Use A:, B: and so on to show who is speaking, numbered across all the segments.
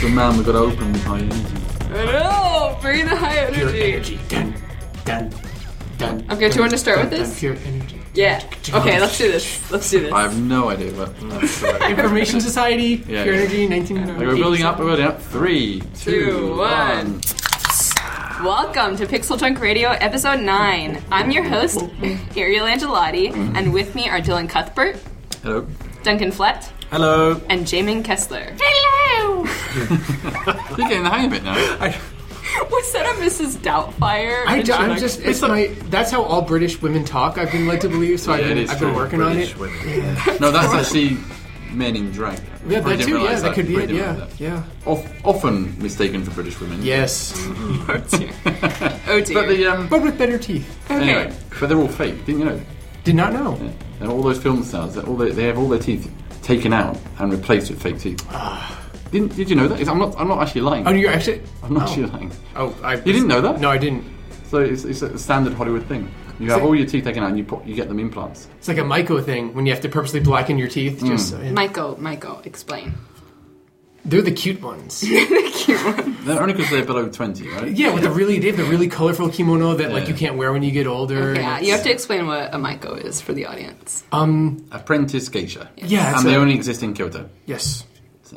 A: So man, we gotta open with high energy.
B: No, bring the high
C: Pure
B: energy.
C: energy. Dun, dun, dun.
B: Okay, do you want to start
C: dun,
B: with
C: dun,
B: this?
C: Pure energy.
B: Yeah. Okay, let's do this. Let's do this.
A: I have no idea what. That's right.
C: Information Society.
A: Yeah,
C: pure
A: yeah.
C: energy.
A: Like,
C: 1900.
A: we're building up. We're building up. Three,
B: Two,
A: two,
B: one.
A: one.
B: Welcome to Pixel Junk Radio, episode 9. I'm your host, Ariel Angelotti, and with me are Dylan Cuthbert,
A: Hello.
B: Duncan Flett,
A: Hello.
B: and Jamin Kessler. Hello!
A: You're getting the hang of it now.
C: I,
B: Was that a Mrs. Doubtfire?
C: I,
B: introduction?
C: am just. It's my. That's how all British women talk. I've been led to believe. So I've
A: Yeah, it
C: been.
A: is
C: I've been
A: true.
C: working
D: British
C: on it.
D: women.
A: No, that's actually men in drag. Probably
C: Yeah, that
A: didn't
C: too. Yeah,
A: realise
C: that, could be
A: Probably
C: it.
A: didn't
C: Yeah,
A: realise that. Mm.
C: yeah.
A: Of, often mistaken for British women.
C: Yes,
B: Oh dear. Oh dear.
A: But the um.
C: but with better teeth.
B: Okay.
A: Anyway, but they're all fake. Didn't you know?
C: Did not know.
A: Yeah. And all those film stars, that all they, they have all their teeth taken out and replaced with fake teeth. Didn't, did you know that? It's- I'm not. I'm not actually lying.
C: Ah. Oh, you're actually.
A: I'm not
C: oh.
A: actually lying.
C: Oh, I. You
A: didn't know that?
C: No, I didn't.
A: So it's, it's a standard Hollywood thing. You have all your teeth taken out and you put, you get them implants.
C: It's like a Myco thing when you have to purposely blacken your teeth.
A: Mm.
C: Just so, yeah.
B: Michael, Michael, explain.
C: they're the cute ones.
A: They're only because they're below twenty, right?
C: yeah, with the really they have the really colorful kimono that like
A: Yeah.
C: you can't wear when you get older. and
A: uh,
B: Yeah,
C: it's-
B: you have to explain what a Michael is for the audience.
C: Um.
A: Apprentice geisha.
C: Yeah. it's
A: and they
C: a-
A: only exist in Kyoto.
C: Yes.
A: So.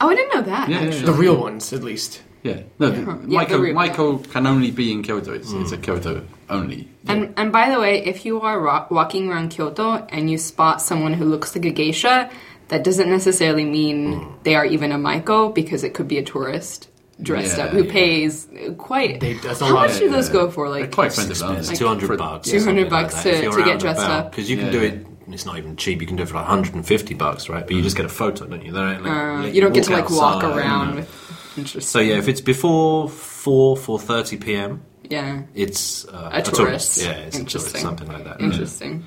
B: Oh, I didn't know that.
A: Yeah, yeah,
B: actually.
C: The real ones, at least.
A: Yeah. No, the-
B: the
A: Michael,
B: root,
A: Michael can only be in Kyoto. It's, it's a Kyoto only.
B: And, and by the way, if you are ro- walking around Kyoto and you spot someone who looks like a geisha, that doesn't necessarily mean they are even a Michael because it could be a tourist dressed
A: Yeah,
B: up who
A: yeah.
B: pays quite.
C: They that's a
B: how
C: lot.
B: much do
C: Of,
B: those
A: Yeah.
B: go for?
A: They're
B: Like
A: quite expensive, aren't they?
D: It's 200
A: For-
D: bucks.
B: 200 bucks to- to get dressed up.
D: Because you can
A: Yeah.
D: do it, it's not even cheap. You can do it for like 150 bucks, right? But you just get a photo, don't you? They don't, like,
B: uh,
D: let
B: you don't get to like walk
D: outside,
B: around.
D: you know.
B: With, interesting.
D: So yeah, if it's before 4, 4.30 p.m.,
B: yeah,
D: it's uh,
B: A tourist.
D: Yeah, it's a tourist,
B: Interesting.
D: something like that. Yeah.
B: interesting.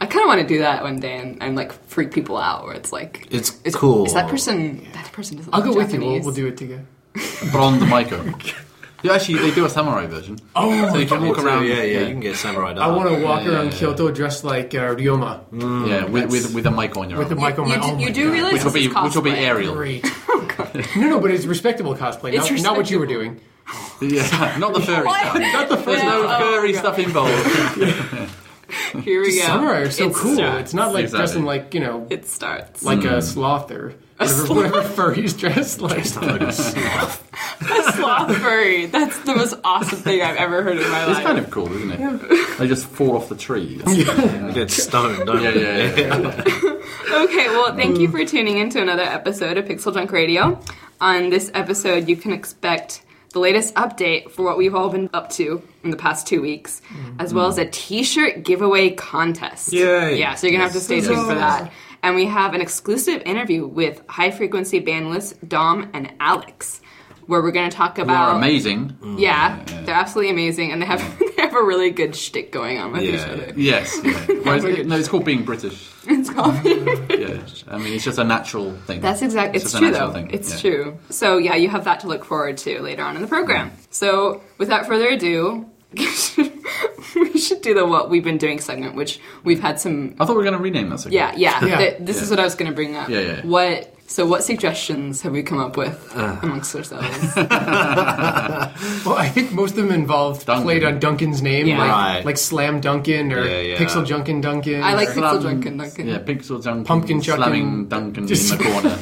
B: I kind of want to do that one day and, and like freak people out where it's like
D: It's
B: is,
D: cool.
B: Is that person? That person doesn't.
C: I'll
B: look
C: go with you. We'll,
B: Japanese.
C: we'll do it together.
A: Blonde Michael. yeah, actually, they do a samurai version.
C: Oh,
A: so you can walk around.
D: Yeah, yeah, you can get samurai
C: I want to
D: to
C: walk
A: Oh, Yeah.
C: around Kyoto dressed like uh, Ryoma
A: Yeah, with, with with a mic on your
C: with the
A: arm.
C: Michael.
B: You
C: Man-
B: do-
C: oh my
B: you do
C: God.
B: realize
A: which will
B: this
A: be
B: is
A: which will be
B: cosplay.
A: aerial.
C: Great. no, no, but it's respectable cosplay.
B: It's
C: not, not what you were
B: respectable.
C: doing.
A: Yeah, not the furry
B: What?
A: stuff. Not the furry. There's no
B: Yeah. Oh
A: furry stuff involved.
B: Here we go.
C: Samurai are so
B: It
C: cool.
B: starts.
C: It's not like
A: Exactly. Hmm.
C: dressing like you know,
B: It starts.
C: like a sloth or whatever, whatever fur he's dressed like.
B: a sloth furry. That's the most awesome thing I've ever heard in my
A: It's
B: life.
A: kind of cool, isn't it? They just fall off the tree.
D: You get stoned, don't
A: Yeah,
D: you?
A: yeah, yeah. yeah.
B: okay, well, thank
A: Mm.
B: you for tuning in to another episode of Pixel Junk Radio. On this episode, you can expect the latest update for what we've all been up to in the past two weeks,
A: Mm.
B: as well as a t shirt giveaway contest.
D: Yay.
B: Yeah, so you're going to have to stay tuned for that. And we have an exclusive interview with high frequency bandless Dom and Alex, where we're going to talk
A: They
B: about.
A: are amazing.
B: Mm. Yeah, they're absolutely amazing, and they have they have a really good shtick going on with
D: Yeah,
B: each other.
A: Yes. Yeah. Whereas, it, no, it's called being British.
B: It's called.
A: Yeah. I mean, it's just a natural thing.
B: That's exactly. It's,
A: just a
B: true
A: natural
B: though.
A: thing,
B: It's
A: yeah.
B: true. So yeah, you have that to look forward to later on in the program. So without further ado, we should do the what we've been doing segment, which we've had some.
A: I thought we were going to rename that. segment.
B: Yeah, yeah.
C: Yeah.
B: th- this is
A: Yeah.
B: what I was going to bring up.
A: Yeah, yeah. Uh.
B: What? So what suggestions have we come up with amongst ourselves?
C: Well, I think most of them involved
A: Duncan.
C: played on Duncan's name,
B: Yeah.
C: like,
D: Right.
C: like Slam Duncan or
D: Yeah, yeah.
C: Pixel Junkin Duncan.
B: I like
C: or-
B: Pixel
A: Slam-
B: Duncan Duncan.
A: Yeah, Pixel Duncan.
C: Pumpkin chucking.
A: Slamming Duncan in
C: Just-
A: the corner.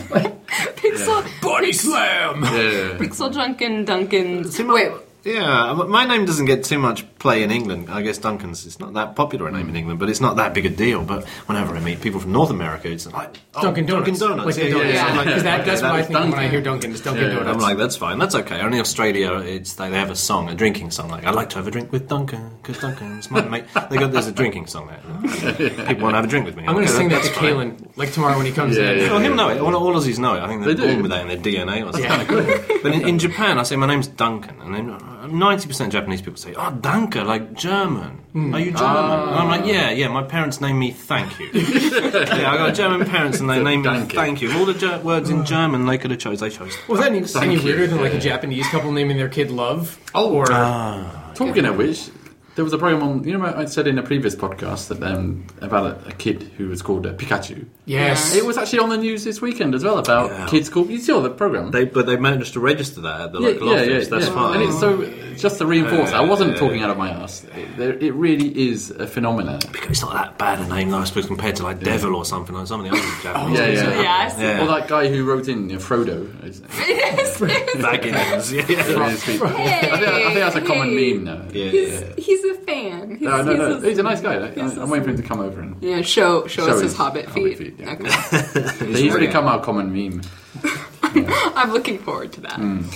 B: Pixel
C: Body Slam.
A: Yeah, yeah, yeah.
B: Pixel Duncan Duncan.
D: See, my-
B: Wait,
D: Yeah, m- my name doesn't get too much play in England. I guess Duncan's it's not that popular a name in England, but it's not that big a deal. But whenever I meet people from North America, it's like oh,
C: Dunkin' Donuts.
D: Dunkin' Donuts.
C: Like the
D: yeah, yeah,
C: donuts.
D: yeah.
B: I'm like,
C: Because that,
D: okay,
C: that's
D: that
C: what I
D: was
C: think when I
A: Duncan.
C: hear Duncan is Dunkin'
A: Yeah, yeah,
C: Donuts.
D: I'm like, that's fine, that's okay. Only in Australia, it's they, they have a song, a drinking song. Like, I like to have a drink with Duncan because Duncan's my mate. They got there's a drinking song there. People want to have a drink with me.
C: I'm going to
D: Okay,
C: sing that to
D: that's fine.
C: Kalen, like tomorrow when he comes
A: Yeah,
C: in.
A: yeah.
D: Well, him know it. All, all Aussies know it. I think
A: They
D: they're
A: do.
D: born with that in their DNA or something.
C: Yeah.
D: but in, in Japan, I say my name's Duncan, and then uh, ninety percent Japanese people say, "Oh, Duncan, like German.
A: Hmm.
D: Are you German?"
A: Ah.
D: And I'm like, "Yeah, yeah. My parents named me Thank You. yeah, I got German parents, and they named me
A: Duncan. Ah.
D: Thank You. All the ger- words in German they could have chose, they chose.
C: Well, is that any, any
A: you.
C: weirder than like a Japanese couple naming their kid Love? Oh, or
A: Talking of which, There was a program on. You know, I said in a previous podcast that um, about a, a kid who was called uh, Pikachu.
C: Yes.
B: Yeah.
A: It was actually on the news this weekend as well about
D: Yeah.
A: kids called. You saw the program.
D: They, but they managed to register that at the local office. That's fine.
A: And it's so just to reinforce, I wasn't talking out of my ass. It, there, it really is a phenomenon.
D: Because it's not that bad a name, though, I suppose, compared to like Devil or something like some of the other Japanese.
A: yeah, yeah.
B: Yeah, I see.
D: Yeah.
A: Or that guy who wrote in you know, Frodo. is-
D: Baggins. Yeah, yeah.
A: I think I think that's a common
B: Hey.
A: meme now.
D: yeah,
B: He's,
D: yeah.
B: he's a fan. He's,
A: No, no, no.
B: he's
A: He's a nice guy. though.
B: he's
A: I-
B: a
A: I'm waiting for him to come over and.
B: Yeah, show show,
A: Show
B: us
A: his
B: his hobbit feet.
A: hobbit feet, yeah.
B: Okay.
A: He's, become our common meme.
B: I'm looking forward to that.
A: Mm.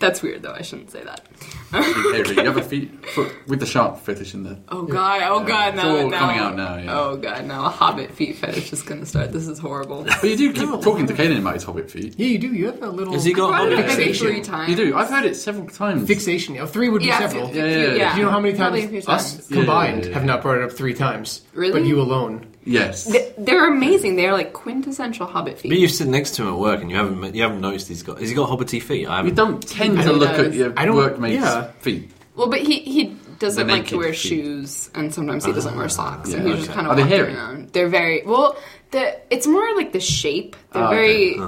B: That's weird though. I shouldn't say that.
A: Hey, Reed, you have a feet foot with the shark fetish in there.
B: Oh god. Oh god.
A: It's
B: No.
A: all
B: no.
A: coming out now, yeah.
B: Oh god. Now a hobbit feet fetish is gonna start. This is horrible.
A: But you do keep talking to Kanan about his hobbit feet.
C: yeah, you do. You have that little
D: Has he got
B: Probably
D: hobbit
B: like maybe
D: feet?
C: fixation.
B: three times.
A: You do. I've heard it several times.
C: fixation. You know, three would be
B: Yeah,
C: several.
A: yeah, yeah.
B: yeah.
C: Do you know how many
B: Probably a
C: times
B: few times.
C: us
A: Yeah, yeah,
C: combined
A: yeah, yeah.
C: have not brought it up three times?
B: Really?
C: But you alone.
A: Yes.
B: Th- They're amazing. They're like quintessential hobbit feet.
D: But you've sit next to him at work and you haven't you haven't noticed he's got has he got hobbity feet? I
A: You
D: haven't.
A: don't tend to
B: don't
A: look
B: know.
A: at your
C: I don't-
A: workmates'
C: yeah.
A: feet.
B: Well, but he he doesn't
A: The
B: like to
A: naked
B: wear
A: feet.
B: shoes, and sometimes he doesn't wear socks, and
A: yeah,
B: he's just
A: okay.
B: kind
A: Are
B: of
A: they
B: walking
A: hairy?
B: around. They're very well. The it's more like the shape. They're
A: Ah,
B: very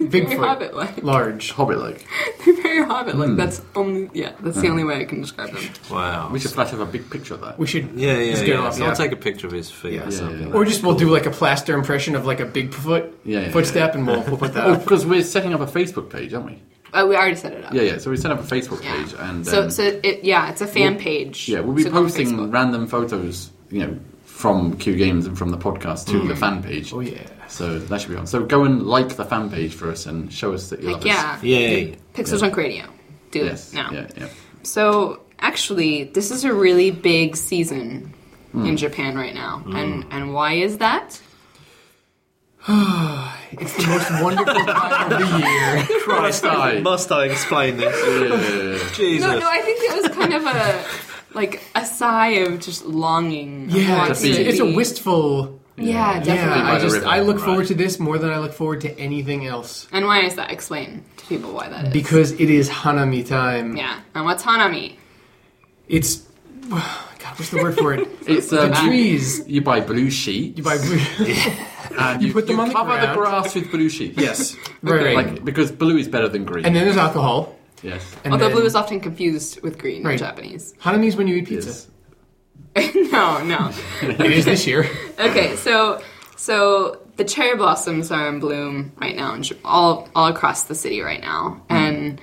B: very
C: Bigfoot.
B: hobbit like.
C: Large.
A: Hobbit like.
B: They're very hobbit
A: Hmm.
B: like. That's only yeah. That's the only way I can describe them.
D: Wow.
A: We should flash have a big picture of that.
C: We should
D: yeah, yeah,
C: just
D: yeah.
C: get off.
D: So I'll take a picture of his feet or something.
A: yeah.
C: Or just we'll do like a plaster impression of like a Bigfoot
A: Yeah, yeah,
C: footstep, and we'll, we'll put that.
A: Oh,
C: up.
A: because we're setting up a Facebook page, aren't we?
B: Oh, we already set it up.
A: Yeah, yeah. So we set up a Facebook
B: Yeah.
A: page, and
B: so
A: um,
B: so it, yeah, it's a fan page.
A: yeah, we'll be
B: So go on
A: posting
B: Facebook.
A: random photos, you know, from Q Games and from the podcast to the fan page.
C: Oh yeah.
A: So that should be on. So go and like the fan page for us and show us that you love
B: Like, yeah,
A: us.
D: Yay.
B: Pixel Junk Radio. Do
A: Yes.
B: it now.
A: Yeah, yeah.
B: So actually, this is a really big season
A: Hmm.
B: in Japan right now, and and why is that?
C: It's the most wonderful time of the year.
A: Christ, I.
D: Must I explain this?
A: Uh,
D: Jesus.
B: No, no, I think it was kind of a like a sigh of just longing.
C: Yeah,
B: wanting
C: it's,
A: to be-
C: it's a
B: be-
C: wistful.
B: Yeah, definitely.
C: Yeah,
A: by
C: I
A: the
C: just
A: river,
C: I look
A: right.
C: forward to this more than I look forward to anything else
B: And why is that? Explain to people why that is.
C: because it is Hanami time.
B: yeah, and what's Hanami?
C: It's God, what's the word for it?
A: It's um, you,
C: Trees.
A: you buy blue sheets.
C: You buy
A: and you,
C: put them
A: you
C: on the
A: cover the
C: ground.
A: grass with blue sheets.
D: Yes.
C: right, right.
A: Like because blue is better than green.
C: and then there's alcohol.
A: yes.
C: And
B: Although
C: then-
B: blue is often confused with green in
C: Right.
B: Japanese.
C: Hanami's when you eat pizza.
A: Yes.
B: no, no.
C: It is this year.
B: Okay, so so the cherry blossoms are in bloom right now, in, J- all all across the city right now, and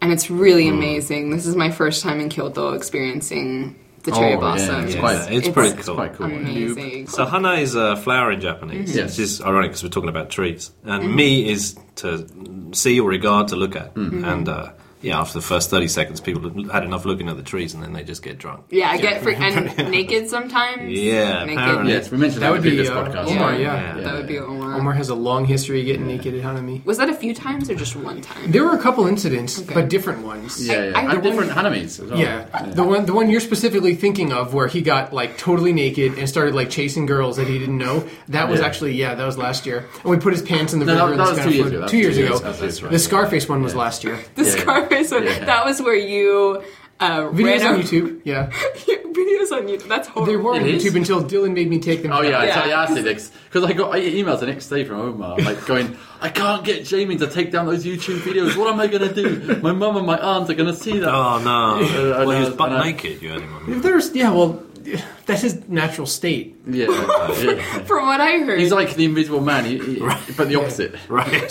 B: and it's really amazing. This is my first time in Kyoto experiencing the cherry
A: Oh, yeah,
B: blossoms.
A: It's
D: Yeah,
A: quite-
D: it's,
B: it's
D: pretty
A: It's
D: cool.
A: quite cool.
B: Amazing.
D: So hana is a flower in Japanese.
A: Yes.
D: This is ironic because we're talking about trees, and me is to see or regard to look at. And uh, yeah, after the first thirty seconds, people had enough looking at the trees, and then they just get drunk.
B: Yeah, I get free and naked sometimes.
D: Yeah,
B: naked.
D: apparently.
A: Yes, we mentioned that,
C: That would
A: in the
C: be
A: previous
C: uh,
A: podcast.
C: Omar.
B: oh Yeah.
C: Yeah.
B: That would be Omar.
C: Omar has a long history of getting naked at Hanami.
B: Was that a few times or just one time?
C: There were a couple incidents,
B: Okay.
C: but different ones.
A: Yeah, yeah.
B: I- I-
A: and different animes as well.
C: Yeah, the one the one you're specifically thinking of, where he got like totally naked and started like chasing girls that he didn't know. That was
A: Yeah.
C: actually yeah, that was last year. And we put his pants in the
A: No,
C: river.
A: that,
C: and
A: that
C: this
A: was two
C: kind of
A: years
C: floated-
A: ago. that was
C: Two years ago.
A: That's, that's right.
C: The Scarface one was last year.
B: The
A: yeah.
B: Scarface one.
A: Yeah.
B: That was where you uh, ran
C: Videos on
B: out-
C: YouTube. Yeah,
B: videos on YouTube. That's horrible.
C: they were on
A: It is?
C: YouTube until Dylan made me take them.
A: Oh yeah,
B: Yeah.
A: I I asked it because I got I get emails the next day from Omar, like going, "I can't get Jamie to take down those YouTube videos. What am I going to do? My mum and my aunt are going to see that."
D: Oh
A: Uh,
D: no! well, he
A: and
D: was
A: I-
D: butt
A: and I-
D: naked. You had him on.
C: There's yeah, well, that's his natural state.
A: Yeah, yeah.
B: From what I heard,
A: he's like the invisible man, he, he- but the opposite.
D: Right.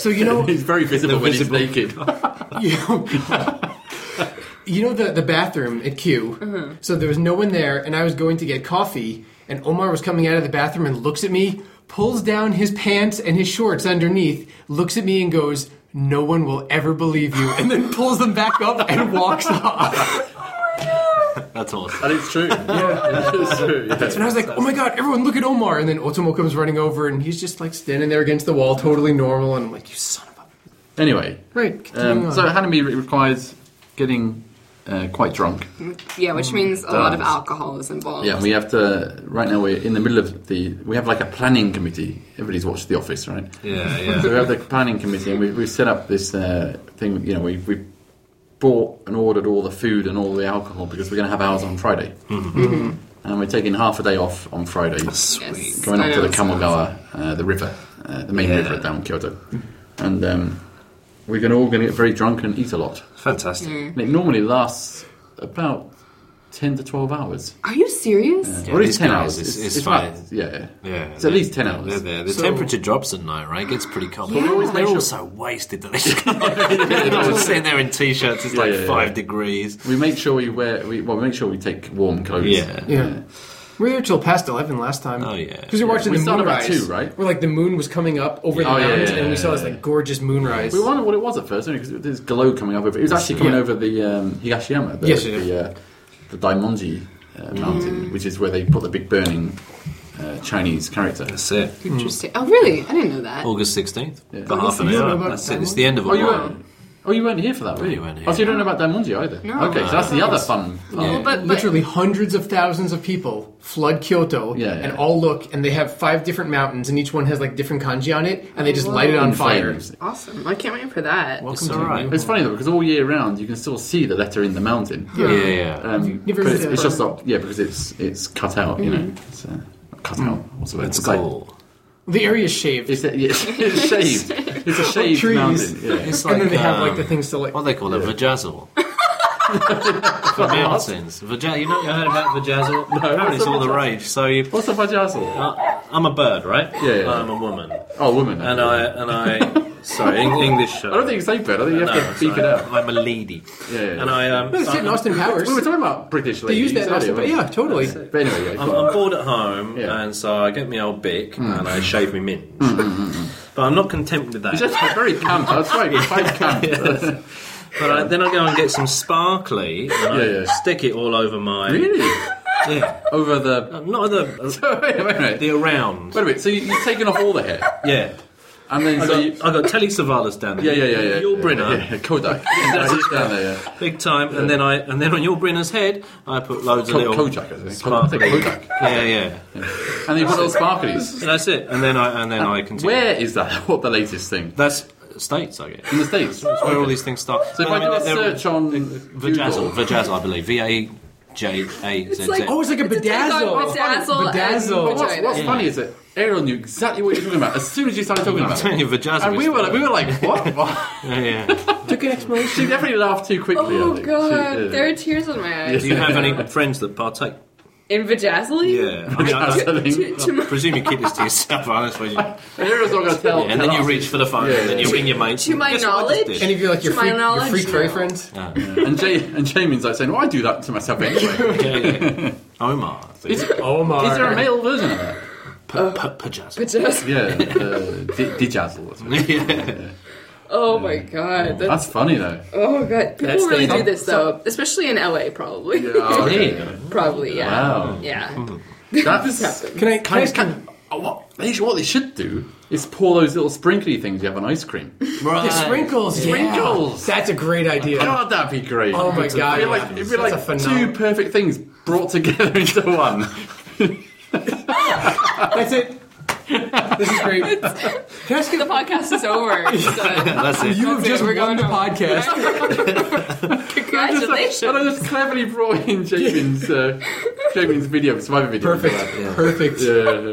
C: So you know,
A: He's very visible
D: The
A: when
D: visible-
A: he's naked.
C: you know, oh, you know the, the bathroom at Q. So there was no one there, and I was going to get coffee, and Omar was coming out of the bathroom and looks at me, pulls down his pants and his shorts underneath, looks at me and goes, "No one will ever believe you," and then pulls them back up and walks off.
D: That's awesome.
A: And it's true. Yeah, it's true. yeah.
C: And I was like, "Oh my god, everyone look at Omar!" And then Otomo comes running over, and he's just like standing there against the wall, totally normal, and I'm like, "You son of a."
A: Anyway,
C: Right, continuing
A: um,
C: on.
A: so Hanami re- requires getting uh, quite drunk.
B: yeah, which means a lot of
A: does.
B: alcohol is involved.
A: Oh Yeah, we have to. Right now, we're in the middle of the. We have like a planning committee. Everybody's watched The Office, right?
D: Yeah,
A: So
D: yeah.
A: we have the planning committee, and we, we've set up this uh, thing. You know, we we bought and ordered all the food and all the alcohol because we're going to have ours on Friday. And we're taking half a day off on Friday,
B: Yes.
A: going
B: I
A: up to
B: know
A: the
B: that
A: Kamogawa, uh, the river, uh, the main river down Kyoto. And um, we're gonna, all going to get very drunk and eat a lot.
D: Fantastic.
A: And it normally lasts about 10 to 12 hours.
B: Are you serious?
D: Yeah,
A: or at
D: these
A: least 10 hours.
D: guys, it's- it's
A: about-
D: fine.
A: yeah, yeah.
D: Yeah,
A: It's at least 10
D: yeah, they're
A: hours.
D: there. The
C: So-
D: temperature drops at night, right? It gets pretty cold.
B: Yeah. But we always
D: They're
A: make
D: all
A: sure-
D: so wasted that they just they're all sitting there in t-shirts. It's
A: Yeah,
D: like
A: yeah, yeah.
D: five degrees.
A: We make sure we wear, we, well, we make sure we take warm clothes.
D: Yeah.
C: Yeah. We were there till past 11 last time.
D: Oh, yeah.
C: Because we were watching
A: We
C: the
A: started
C: moon
A: about
C: rise.
A: two, right?
C: Where, like, the moon was coming up over
A: Oh,
C: the
A: yeah,
C: mountains,
A: yeah,
C: and we
A: yeah,
C: saw this,
A: yeah.
C: like, gorgeous moonrise.
A: We wondered what it was at first, because there's glow coming up. It was actually coming
C: Yeah.
A: over the um, Higashiyama, the,
C: Yes, yeah.
A: the, uh, the Daimonji uh, mountain,
D: Mm.
A: which is where they put the big burning uh, Chinese character.
D: That's it.
C: Hmm.
B: Interesting. Oh, really? I didn't know that.
D: August 16th.
A: Yeah.
D: For half an
C: Yeah,
D: hour.
C: about
D: That's
C: that
D: it. It's
C: one.
D: the end of a
A: Oh, you
D: while.
A: weren't. Oh, you weren't here for that, were
D: You
A: you?
D: weren't
A: Oh, so you
D: here.
A: don't know about Daimonji either.
B: No.
A: Okay, so that's the other fun. part.
B: Well, but, but
C: Literally hundreds of thousands of people flood Kyoto
A: Yeah, yeah.
C: and all look, and they have five different mountains, and each one has like different kanji on it, and they just light it on
A: In
C: fire.
A: flames.
B: awesome. I can't wait for that.
D: It's
C: Welcome
D: all
C: to
D: right.
C: you.
A: It's funny though because all year round you can still see the letter in the mountain.
D: Yeah,
C: Yeah.
D: yeah.
A: Um,
C: You've never
A: but it's,
C: seen
A: it's
C: it.
A: just not, yeah, because it's it's cut out, you know. It's, uh, cut out. What's the word?
D: it's
A: like-
D: cool.
C: The area's shaved.
A: It's, a- yeah, it's shaved. It's a shaved
C: trees.
A: mountain. Yeah.
D: It's
C: and then they have like uh,
D: um,
C: the things to like.
D: What do they call it? Vajazzle. For mountains. Vaja- you know you heard about Vajazzle? No, Apparently it's all the rage. So you...
A: What's the vajazzle?
D: I- I'm a bird, right?
A: Yeah, yeah.
D: I'm a woman.
A: Oh, woman.
D: And I... and I Sorry, Eng- English... Uh,
A: I don't think it's safe, but I think you have to beep
D: sorry,
A: it out.
D: I'm a lady.
A: Yeah, yeah,
D: And I... Um,
C: It's set in
D: I'm,
C: Austin Powers.
A: We were talking about British.
C: They use that in Austin Powers.
A: earlier,
C: Yeah, totally.
A: But anyway, yeah.
D: I'm,
A: go on.
D: I'm bored at home,
A: Yeah. Hmm.
D: and so I get my old bic and I shave my minge. but I'm not content with that.
A: It's just very camp. That's right. It's quite camp.
D: But I, then I go and get some sparkly and I
A: Yeah, yeah.
D: stick it all over my.
A: Really?
D: Yeah.
A: Over the.
D: Not the, uh,
A: Wait, wait, wait.
D: the around.
A: Wait a minute. So you, you've taken off all the hair,
D: Yeah.
A: and then
D: I
A: so
D: got,
A: you,
D: I got Telly Savalas down there.
A: yeah, yeah, yeah, yeah.
D: Your
A: yeah,
D: Brinner,
A: yeah, yeah. Kodak. Yeah, he's down there, yeah.
D: big time, and then I and then on your Brinner's head, I put loads
A: Ko-
D: of little
A: Kodak, I think.
D: sparkly.
A: Kodak, Kodak.
D: Yeah, yeah.
A: And they put little sparklies.
D: And that's it. And then I and then I continue.
A: Where is that? What the latest thing
D: That's states, I guess.
A: in the states? So
D: That's where all these things start.
A: if I do a search on
D: Vajazzle,
A: Google,
D: Vajazzle, I believe. V a j a z
B: It's like-
D: z.
C: Oh, it's like a
B: It's a take on
C: bedazzle.
B: bedazzle and
C: Bedazzle.
A: but what's,
B: vagina.
A: what's funny is that Ariel knew exactly what you were talking about as soon as you started talking about it.
D: Vajazzle.
A: And we
D: is-
A: were like, we were like, what? What?
D: Yeah, yeah.
C: Took an explanation.
A: She definitely laughed too quickly. I
B: Oh
A: think.
B: god,
A: She, yeah.
B: there are tears in my eyes.
D: Do you have any friends that partake?
B: In Vajazzle?
D: Yeah. I mean, I, I,
A: Vajazzling.
D: I presume you keep this to yourself, I suppose. Yeah,
A: Ariel's not going to tell.
D: and then
A: tell
D: you
A: us.
D: reach for the phone,
A: Oh, Yeah,
D: and then you
A: yeah.
D: ring your mates.
B: To my
D: Guess what I just
B: knowledge-
D: did? Ah,
C: Any of you like your
B: To my
C: freak, your
B: knowledge,
C: freak furry
B: no.
C: friends?
A: And Jay and Jamie's like saying, "Well, I do that to myself anyway."
D: Yeah, yeah. Omar. I think.
A: Is-
C: Omar.
A: Is there a male version of that?
D: P- p- Pajazzle.
B: Vajazzle.
A: Yeah, uh, D- Dijazzle. or something.
D: Yeah.
B: Oh my god. That's,
A: That's funny though.
B: oh god. People
C: That's the-
B: really do
C: some-
B: this though. Especially in LA probably.
A: Oh, okay.
D: Yeah.
B: probably, yeah.
A: Wow. Hmm.
B: Yeah.
A: That's
B: Happened.
C: Can I? Can I?
A: kind of. Oh, what they should, what they should do is pour those little sprinkly things you have on ice cream.
D: Right.
C: the sprinkles. yeah.
A: Sprinkles.
C: That's a great idea.
A: God, that'd be great.
C: Oh my god.
A: It'd be like, it'd be
C: That's
A: like
C: a
A: two
C: phenom-
A: perfect things brought together into one.
C: That's it. This is great. Can I ask you-
B: The podcast is over. So
D: That's it.
C: You have
B: That's it,
C: just
B: we're going
C: won the
B: home.
C: podcast.
A: Just like-
B: congratulations.
A: and I just cleverly brought in Jamin's uh, Jamin's video, survivor video.
C: Perfect. Perfect.
A: Yeah,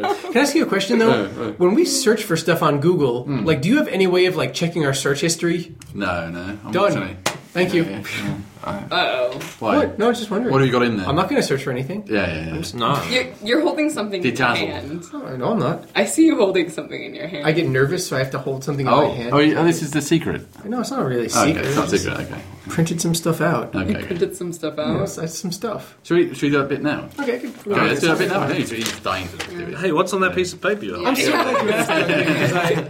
A: yeah.
C: Can I ask you a question though?
A: Yeah, Hmm. yeah.
C: When we search for stuff on Google, like, do you have any way of like checking our search history?
A: No, no. I'm not
C: Done.
A: sorry.
C: Thank you.
A: Yeah, yeah.
B: Uh-oh.
A: Why?
C: What? No, I was just wondering.
A: What have you got in there?
C: I'm not going to search for anything.
A: Yeah, yeah, yeah.
D: No.
B: You're, you're holding something in your
A: Bedazzled.
B: hand.
C: Oh, no, I'm not.
B: I see you holding something in your hand.
C: I get nervous, so I have to hold something in my
A: Oh,
C: hand.
A: oh, yeah, this is the secret. Oh,
C: No, it's not really a
A: Okay,
C: secret.
A: it's not
C: I just
A: secret. Okay,
C: Printed some stuff out.
A: okay.
B: I
A: okay.
B: printed some stuff
C: Oh,
B: out.
C: That's, that's some stuff.
A: Should we, should we do that bit now?
C: Okay, I could-
A: Okay, let's do that bit now. I think he's dying to do it.
D: Hey, what's on that piece of paper? you
C: I'm so glad you asked that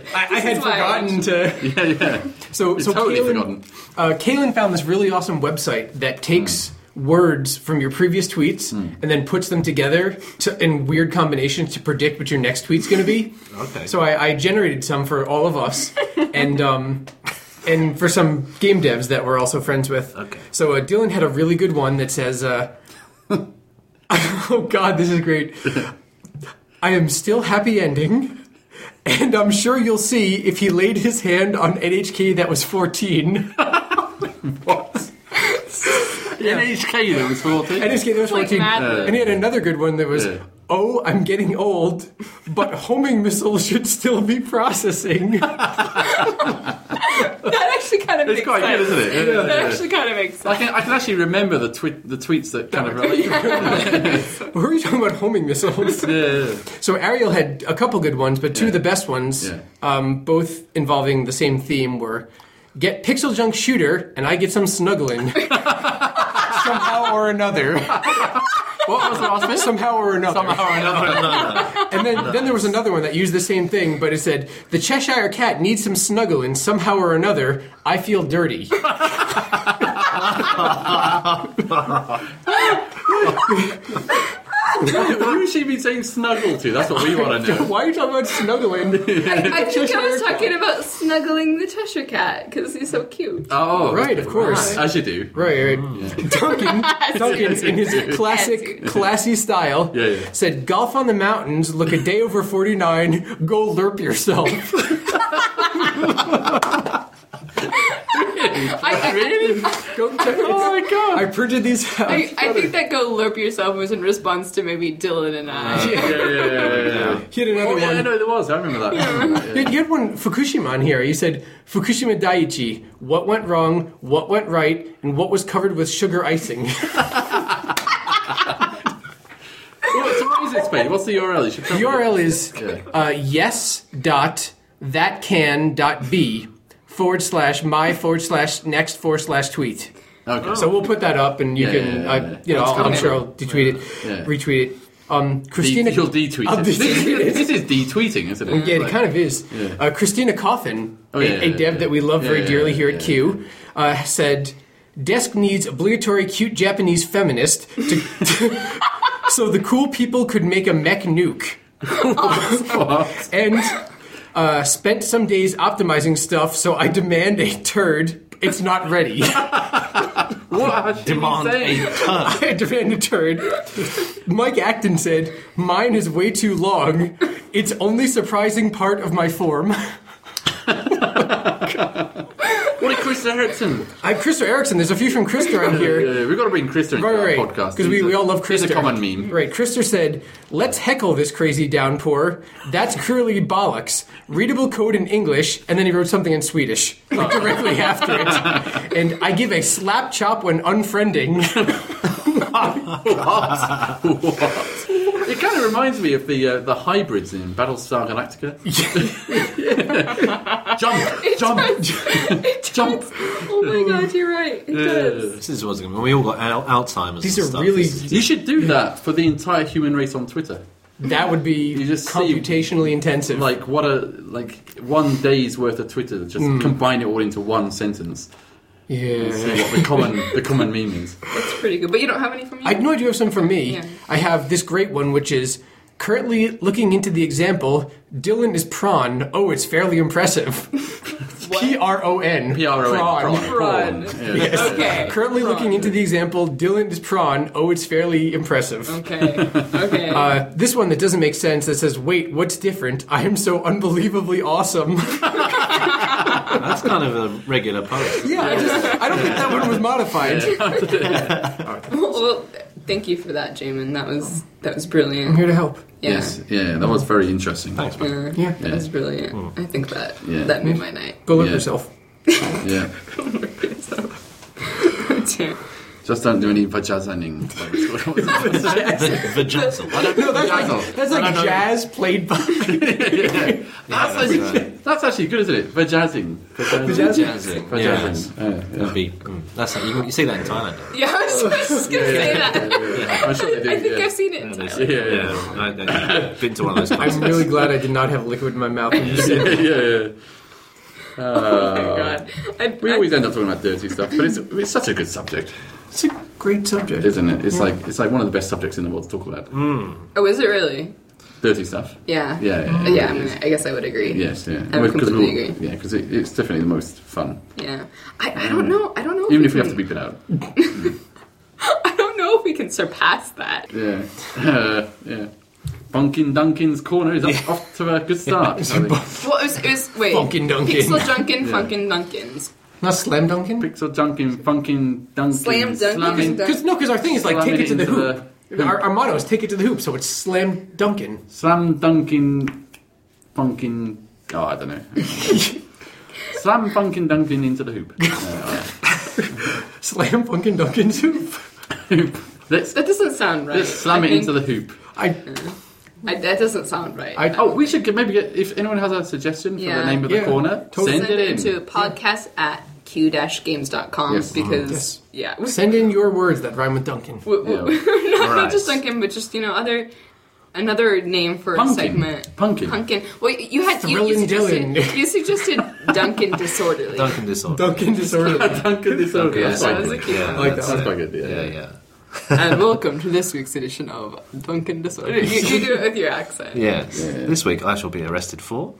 C: because I, I, I had
B: is why I
C: forgotten
B: watch.
C: to.
A: Yeah, yeah.
C: So,
A: It's
C: so
A: totally
C: Kaylin-
A: forgotten.
C: Uh, Kaylin found this really awesome website that takes
A: Hmm.
C: words from your previous tweets and then puts them together to, in weird combinations to predict what your next tweet's going to be.
D: Okay.
C: So I, I generated some for all of us, and um, and for some game devs that we're also friends with.
D: Okay.
C: So uh, Dylan had a really good one that says, uh, "Oh God, this is great. I am still happy ending." And I'm sure you'll see if he laid his hand on NHK that was 14.
A: NHK that was 14.
C: And his kid was
B: Like
C: 14.
B: Mad Libs.
C: and he had another good one that was,
A: Yeah.
C: oh, I'm getting old, but homing missiles should still be processing.
B: That actually kind of
A: It's
B: makes
A: quite
B: sense.
A: good, isn't it? Yeah,
B: That
A: yeah, yeah.
B: actually kind of makes sense.
A: I can, I can actually remember the, twi- the tweets that kind of relate.
C: Who are you talking about homing missiles?
A: Yeah, yeah, yeah.
C: so Ariel had a couple good ones, but two of the best ones,
A: Yeah.
C: um, both involving the same theme, were get Pixel Junk Shooter and I get some snuggling. Somehow or another.
A: What was the last bit?
C: Somehow or another.
A: Somehow or another.
C: And then, then there was another one that used the same thing, but it said, The Cheshire Cat needs some snuggling somehow or another. I feel dirty.
A: Who should she be saying snuggle to? That's what we want to know.
C: Why are you talking about snuggling?
B: I, I think I was
C: Cheshire Cat.
B: talking about snuggling the Cheshire Cat because he's so cute.
A: Oh,
C: Right, of course.
A: As you do.
C: Right, right. Duncan, Duncan, in his classic,
B: Yes.
C: classy style,
A: Yeah, yeah.
C: said, "Golf on the mountains. Look a day over forty-nine. Go lurp yourself."
B: I, really? I,
C: Go check. Oh my god! I printed these out.
B: I, I think that go lerp yourself was in response to maybe Dylan and I.
A: Yeah, yeah, yeah, yeah, yeah.
C: he had another
A: Oh, yeah,
C: one.
A: no, there was. I remember that. I remember that, yeah.
C: You you had one Fukushima on here. You said Fukushima Daiichi. What went wrong? What went right? And what was covered with sugar icing?
A: Well, so what is it, Spade? What's the URL? You should
C: The
A: tell me.
C: URL is
A: Yeah.
C: uh, yes dot that can dot b forward slash my forward slash next forward slash tweet.
A: Okay.
C: So we'll put that up, and you
A: Yeah,
C: can,
A: yeah, yeah,
C: I,
A: yeah.
C: you know,
A: That's
C: I'll- I'm
A: cool.
C: sure I'll detweet it,
A: Yeah.
C: retweet it. Um, Christina,
A: De- she'll detweet
C: I'll
A: it. This,
C: detweet
A: is- this is detweeting, isn't it?
C: yeah, it
A: Like-
C: kind of is. Uh, Christina Coffin,
A: Oh, yeah,
C: a, a
A: yeah,
C: dev
A: yeah.
C: that we love
A: Yeah,
C: very
A: yeah,
C: dearly
A: yeah,
C: here
A: yeah,
C: at Q, uh, said, "Desk needs obligatory cute Japanese feminist to, so the cool people could make a mech nuke." and uh, spent some days optimizing stuff, so I demand a turd. It's not ready.
A: What? Should we
D: Demand
A: say?
D: a turn.
C: I demand a turd. Mike Acton said, "Mine is way too long. It's only surprising part of my form."
A: What did Chris Erickson?
C: I Krista Erickson. There's a few from Krista around here.
A: Yeah, Uh, we've got to bring Chris into
C: Right,
A: our
C: right,
A: podcast.
C: Because we,
A: He's a-
C: we all love
A: He's
C: Krister.
A: a common meme.
C: Right. Krister said, let's heckle this crazy downpour. That's curly bollocks. Readable code in English. And then he wrote something in Swedish like, directly after it. And I give a slap chop when unfriending.
A: It kind of reminds me of the uh, the hybrids in Battlestar Galactica. jump, jump,
B: It
A: Jump.
B: does. Oh my god, you're right. It does.
D: This is what's going on. We all got Al- Alzheimer's.
C: These
D: and
C: are
D: stuff.
C: really-
D: This is-
A: You should do that for the entire human race on Twitter.
C: That would be
A: You just see-
C: computationally intensive.
A: Like what a like one day's worth of Twitter. Just combine it all into one sentence.
C: Hmm. yeah.
A: See what the common the common meme is.
B: That's pretty good. But you don't have any from you?
C: I know I do have some from me.
B: Yeah.
C: I have this great one, which is currently looking into the example. Dylan is prawn. Oh, it's fairly impressive. P R O N.
A: P R O N.
C: Prawn.
B: Prawn.
A: Yeah.
B: Okay.
C: Currently looking into the example, Dylan is prawn. Oh, it's fairly impressive.
B: Okay. Okay.
C: Uh, this one that doesn't make sense that says, wait, what's different? I am so unbelievably awesome.
D: That's kind of a regular post.
C: yeah, I, just, I don't think that one was modified.
B: well, thank you for that, Jamin. That was that was brilliant.
C: I'm here to help.
B: Yeah.
A: Yes, yeah, that was very interesting.
D: Thanks, man.
B: Yeah,
C: Yeah.
B: that was brilliant. I think that
A: Yeah.
B: that made my night.
C: Go look
A: Yeah.
C: yourself.
A: Yeah,
B: Too.
A: just don't do any vajazaning.
D: The, the Jazzle. I don't
C: No, that's
A: Jazzle.
C: like, that's
D: I
C: like
D: don't know.
C: jazz played by.
A: That's, actually, that's actually good, isn't it? Vajazzing. Vajazzing.
D: Jazzle.
A: Vajazzing. Yeah, yeah.
D: That'd be- mm, that's you, can- you see that in Thailand. don't you?
B: Yeah, I was just gonna say that.
A: Yeah, I'm sure they do.
B: I think
A: yeah.
B: I've seen it. in Thailand.
A: Yeah, yeah, yeah.
D: Yeah, I- I- I've been to one of those.
C: I'm
D: places.
C: really glad I did not have liquid in my mouth when you said that.
A: yeah, yeah.
B: Oh my
A: Uh,
B: god. I,
A: we
B: I-
A: always end up talking about dirty stuff, but it's, it's such a good subject,
C: It's a great subject.
A: isn't it? It's like it's like one of the best subjects in the world to talk about.
B: oh, is it really?
A: Dirty stuff.
B: Yeah.
A: Yeah, yeah,
B: Yeah. I, mean, I guess I would agree.
A: Yes, yeah.
B: I would
A: 'Cause we
B: completely
A: all-
B: agree.
A: Yeah, because it, it's definitely the most fun,
B: Yeah. I, I don't know. I don't know.
A: even if we have to
B: can-
A: beep it out.
B: I don't know if we can surpass that.
A: Yeah, uh, yeah. Bunkin' Dunkin's corner is up, off to a good start. I think.
B: Well, it was, it was wait.
C: Funkin' Dunkin'.
B: Pixel Junkin,
A: Yeah.
B: Funkin Dunkins.
C: Not slam dunking?
A: Pixel dunking, funking dunking,
B: Slam dunking,
A: slamming,
B: dunk-
C: Because no, because our thing is like
A: Slam
C: take
A: it
C: it to the
A: into
C: hoop.
A: the hoop.
C: Our, our motto is take it to the hoop, so it's slam dunking.
A: slam dunking, funking. Oh, I don't know. slam funking dunking into the hoop. Uh,
C: Slam funkin' dunking hoop.
A: hoop. Let's,
B: That doesn't sound right.
A: let's slam
B: I
A: it
B: think-
A: into the hoop.
C: I
B: I, that doesn't sound right.
C: I-
A: Oh, we should get- maybe get if anyone has a suggestion for
B: Yeah.
A: the name of
C: Yeah,
A: the corner,
C: totally.
A: send, it in.
B: to podcast at q-games.com
A: Yes.
B: because
C: Yes.
B: yeah, we,
C: send in your words that rhyme with dunking.
B: we, we,
A: Yeah.
B: not,
D: Alright.
B: not just Duncan, but just you know other another name for
A: Punkin.
B: a segment.
A: Punkin.
B: Punkin. Well, you had you, you
C: Thrillin'
B: suggested
C: Dillin'.
B: you suggested Duncan disorderly.
D: Duncan disorder.
C: Dunking disorderly.
A: Duncan this over.
D: Yeah,
A: That's
B: so
A: quite
B: I was
A: good.
B: like, yeah.
C: like
D: that's
C: that
A: That's
D: it.
A: quite good. Yeah,
D: Yeah, yeah.
B: and welcome to this week's edition of Duncan disorderly. You, you do it with your accent.
D: Yes. This week I shall be arrested for.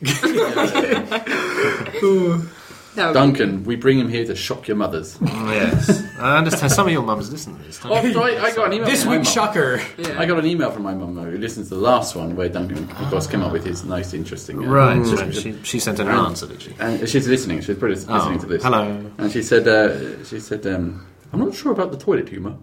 B: That would be-
A: Duncan, we bring him here to shock your mothers.
D: Oh, yes. I understand some of your mums listen to this. don't
A: Oh,
D: they?
A: sorry, I got an email.
C: This
A: from my
C: week's
A: mum.
C: shocker.
B: yeah.
A: I got an email from my mum though, who listens to the last one where Duncan, of course, came up with his nice, interesting. uh,
D: Ah. Right.
A: just-
C: Mm.
D: so she, she sent in an answer, did she? Oh,
A: And she's listening. She's probably listening to this.
D: hello.
A: And she said, uh, she said, um, I'm not sure about the toilet humour.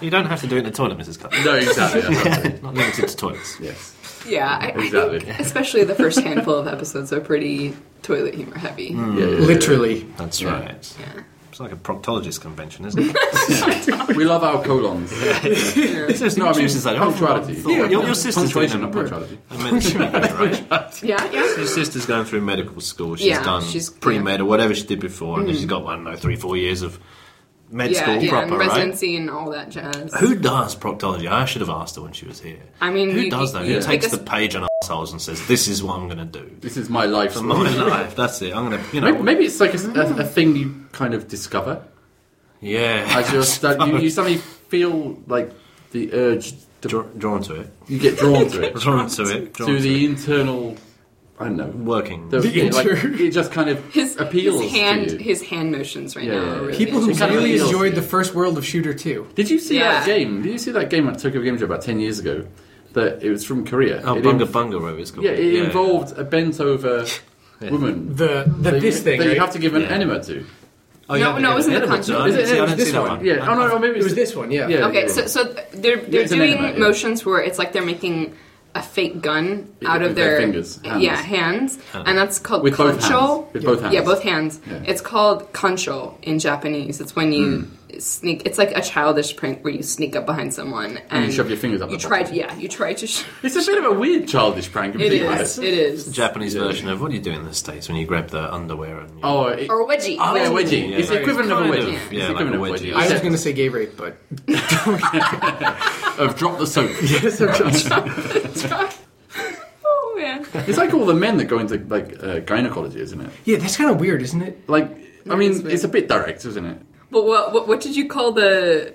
D: You don't have to do it in the toilet, Mrs. Cutler.
A: no, exactly. that's what I'm saying.
D: Not limited to toilets.
A: yes,
B: Yeah, I, I
A: Exactly.
B: think especially the first handful of episodes are pretty toilet humor heavy.
A: Yeah, yeah, yeah, yeah.
C: Literally.
D: That's
A: Yeah.
D: right.
B: Yeah.
D: It's like a proctologist convention, isn't it?
A: we love our colons.
D: Seriously,
A: No, I
D: what
A: mean
D: juice is that?
A: punctuality.
D: Oh, your, your sister's doing
A: punctuation,
D: a-
A: not punctuality.
D: a medical degree, right?
B: Yeah, yeah.
D: Your sister's going through medical school. She's
B: Yeah,
D: done
B: she's-
D: pre-med or whatever she did before, and she's got one, no, three, four years of med
B: yeah,
D: school
B: yeah,
D: proper,
B: and
D: right?
B: residency and all that jazz.
D: Who does proctology? I should have asked her when she was here.
B: I mean,
D: who
B: you-
D: does that?
B: you
D: Who
B: take
D: takes
B: a-
D: the page on assholes and says, "This is what I'm going to do
A: This is my life.
D: for
A: story.
D: my life"? That's it. I'm going to, you know,
A: Maybe, maybe it's like a, a, a thing you kind of discover
D: yeah.
A: as you're stu- you, you suddenly feel like the urge to
D: Dra- drawn to it,
A: you get drawn to it
D: drawn to it, drawn
A: to
D: to
A: the
D: it.
A: internal I don't know
D: working.
A: the,
C: The
A: it, like,
C: inter-
A: it just kind of
B: his
A: appeals
B: his hand
A: to you.
B: his hand motions right
A: Yeah,
B: now.
A: yeah,
B: are
A: yeah.
B: really
C: People who
A: It kinda
C: really
A: feels-
C: enjoyed the first world of Shooter 2.
A: Did you see that
B: Yeah.
A: game? Did you see that game at Tokyo Game Show about ten years ago? That it was from Korea.
D: oh,
A: it
D: bunga
A: inv-
D: bunga, whatever it's called.
A: yeah, it involved a bent over woman.
C: The, the
A: that you-
C: this thing,
A: that
C: right?
A: you have to give an
D: Yeah.
A: enema to.
D: Oh, yeah,
B: No,
D: the-
B: no, it wasn't
D: the
B: the
D: enemas.
B: contra-
D: I didn't
A: Is it-
D: see- I
A: it was
D: didn't see
C: this
D: that
C: one.
D: one.
A: Yeah. Oh no, no, maybe
C: it was
A: the-
C: this one, yeah.
A: Yeah.
B: Okay, so so they're they're
A: it's an
B: doing
A: enema, yeah.
B: motions where it's like they're making a fake gun
A: Yeah,
B: out of
A: with their
B: their,
A: fingers, hands. Uh-huh.
B: yeah hands, and that's called
A: With both
B: concho.
A: hands. With both hands.
B: Yeah, both hands.
A: Yeah.
B: It's called kancho in Japanese. It's when you
A: Hmm.
B: sneak. It's like a childish prank where you sneak up behind someone and,
A: you shove your fingers up
B: You
A: the
B: try
A: bottom.
B: to, yeah, you try to. Sh-
A: It's a bit of a weird childish prank. if you
B: it
A: think about
B: is.
A: it.
B: It is.
D: Japanese version of what do you do in the states when you grab the underwear and you
A: Oh, it,
B: Or wedgie.
A: Oh, yeah, wedgie.
D: Yeah,
A: it's the
D: right.
A: equivalent of a
D: Kind
A: wedgie.
D: of,
A: It's the
D: yeah, like
A: equivalent
D: a
A: of a
D: wedgie.
A: wedgie.
C: I was
A: Except
C: going to say gay rape, but
A: of drop the soap. yes, of drop the soap.
B: oh man.
A: It's like all the men that go into like uh, gynecology, isn't it?
C: yeah, that's kind of weird, isn't it?
A: Like, I
B: it's
A: mean,
B: weird.
A: it's a bit direct, isn't it?
B: But what, what what did you call the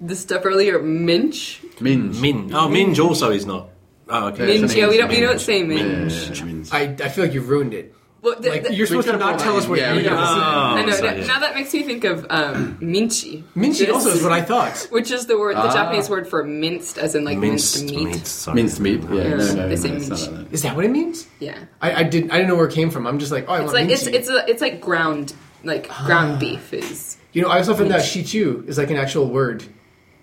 B: the stuff earlier? Minch.
A: Minge.
D: Min. Oh, minge also is not. Oh, okay.
A: Min-
B: Minch.
A: it's
B: Yeah, we
A: minge,
B: don't we don't
A: minge.
B: say
A: Yeah,
B: minch.
A: yeah, yeah, minge.
C: I, I feel like you've ruined it.
B: Well, the,
C: Like
B: the-
C: you're supposed to
A: could've
C: not
A: brought
C: tell
A: that
C: us
A: in.
C: what
A: Yeah, we
C: you
A: could've
C: know.
D: Oh,
B: I know.
D: so,
B: now,
D: yeah.
B: now that makes me think of um, minchi.
C: Minchi
B: This-
C: also is what I thought.
B: which is the word, the
A: Ah.
B: Japanese word for minced, as in like minced,
D: minced
B: meat.
D: meat. sorry.
A: Minced meat. Yeah,
B: Yeah.
A: no, no, no,
B: They say
A: it's not
B: minge.
A: like that.
C: Is that what it means?
B: Yeah,
C: I, I didn't. I didn't know where it came from. I'm just like, oh, I
B: it's
C: want
B: like it's
C: minchi.
B: it's a, it's like ground like
C: Ah.
B: ground beef is
C: You know, I also found out shichu is like an actual word.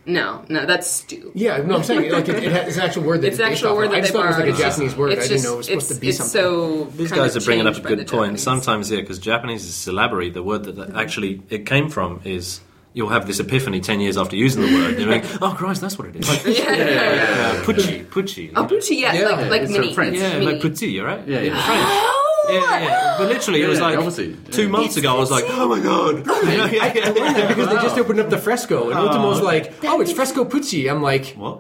B: no no that's stew.
C: Yeah, no, I'm saying like it, it has, it's an actual word that
B: It's an
C: based
B: actual
C: off
B: word
C: of.
B: that
C: I just
B: they
C: thought it was like a
B: borrowed.
C: Japanese word.
B: It's
C: I didn't know it was supposed
B: it's,
C: to be
B: it's
C: something.
B: so
D: These
B: kind
D: guys
B: of
D: are bringing up a
B: changed by the
D: good point.
B: Japanese.
D: Sometimes, yeah, because Japanese is syllabary. The word that, that actually it came from is you'll have this epiphany ten years after using the word. You're like, oh Christ, that's what it is. Like, yeah,
B: yeah, yeah, yeah.
D: pucci, pucci.
B: Oh, Bucci, yeah,
C: Yeah,
B: like, like
A: it's
B: mini.
A: from French.
D: yeah,
B: mini.
D: like putti, right?
A: Yeah, yeah.
B: Oh,
D: Yeah, yeah. But literally, it was
A: Yeah,
D: like
A: obviously, yeah.
D: two months ago. I was like, oh my god. Yeah, yeah, yeah, yeah.
C: Because they just opened up the fresco, and Ultimo's like, "Oh, it's fresco pucci." I'm like,
D: What?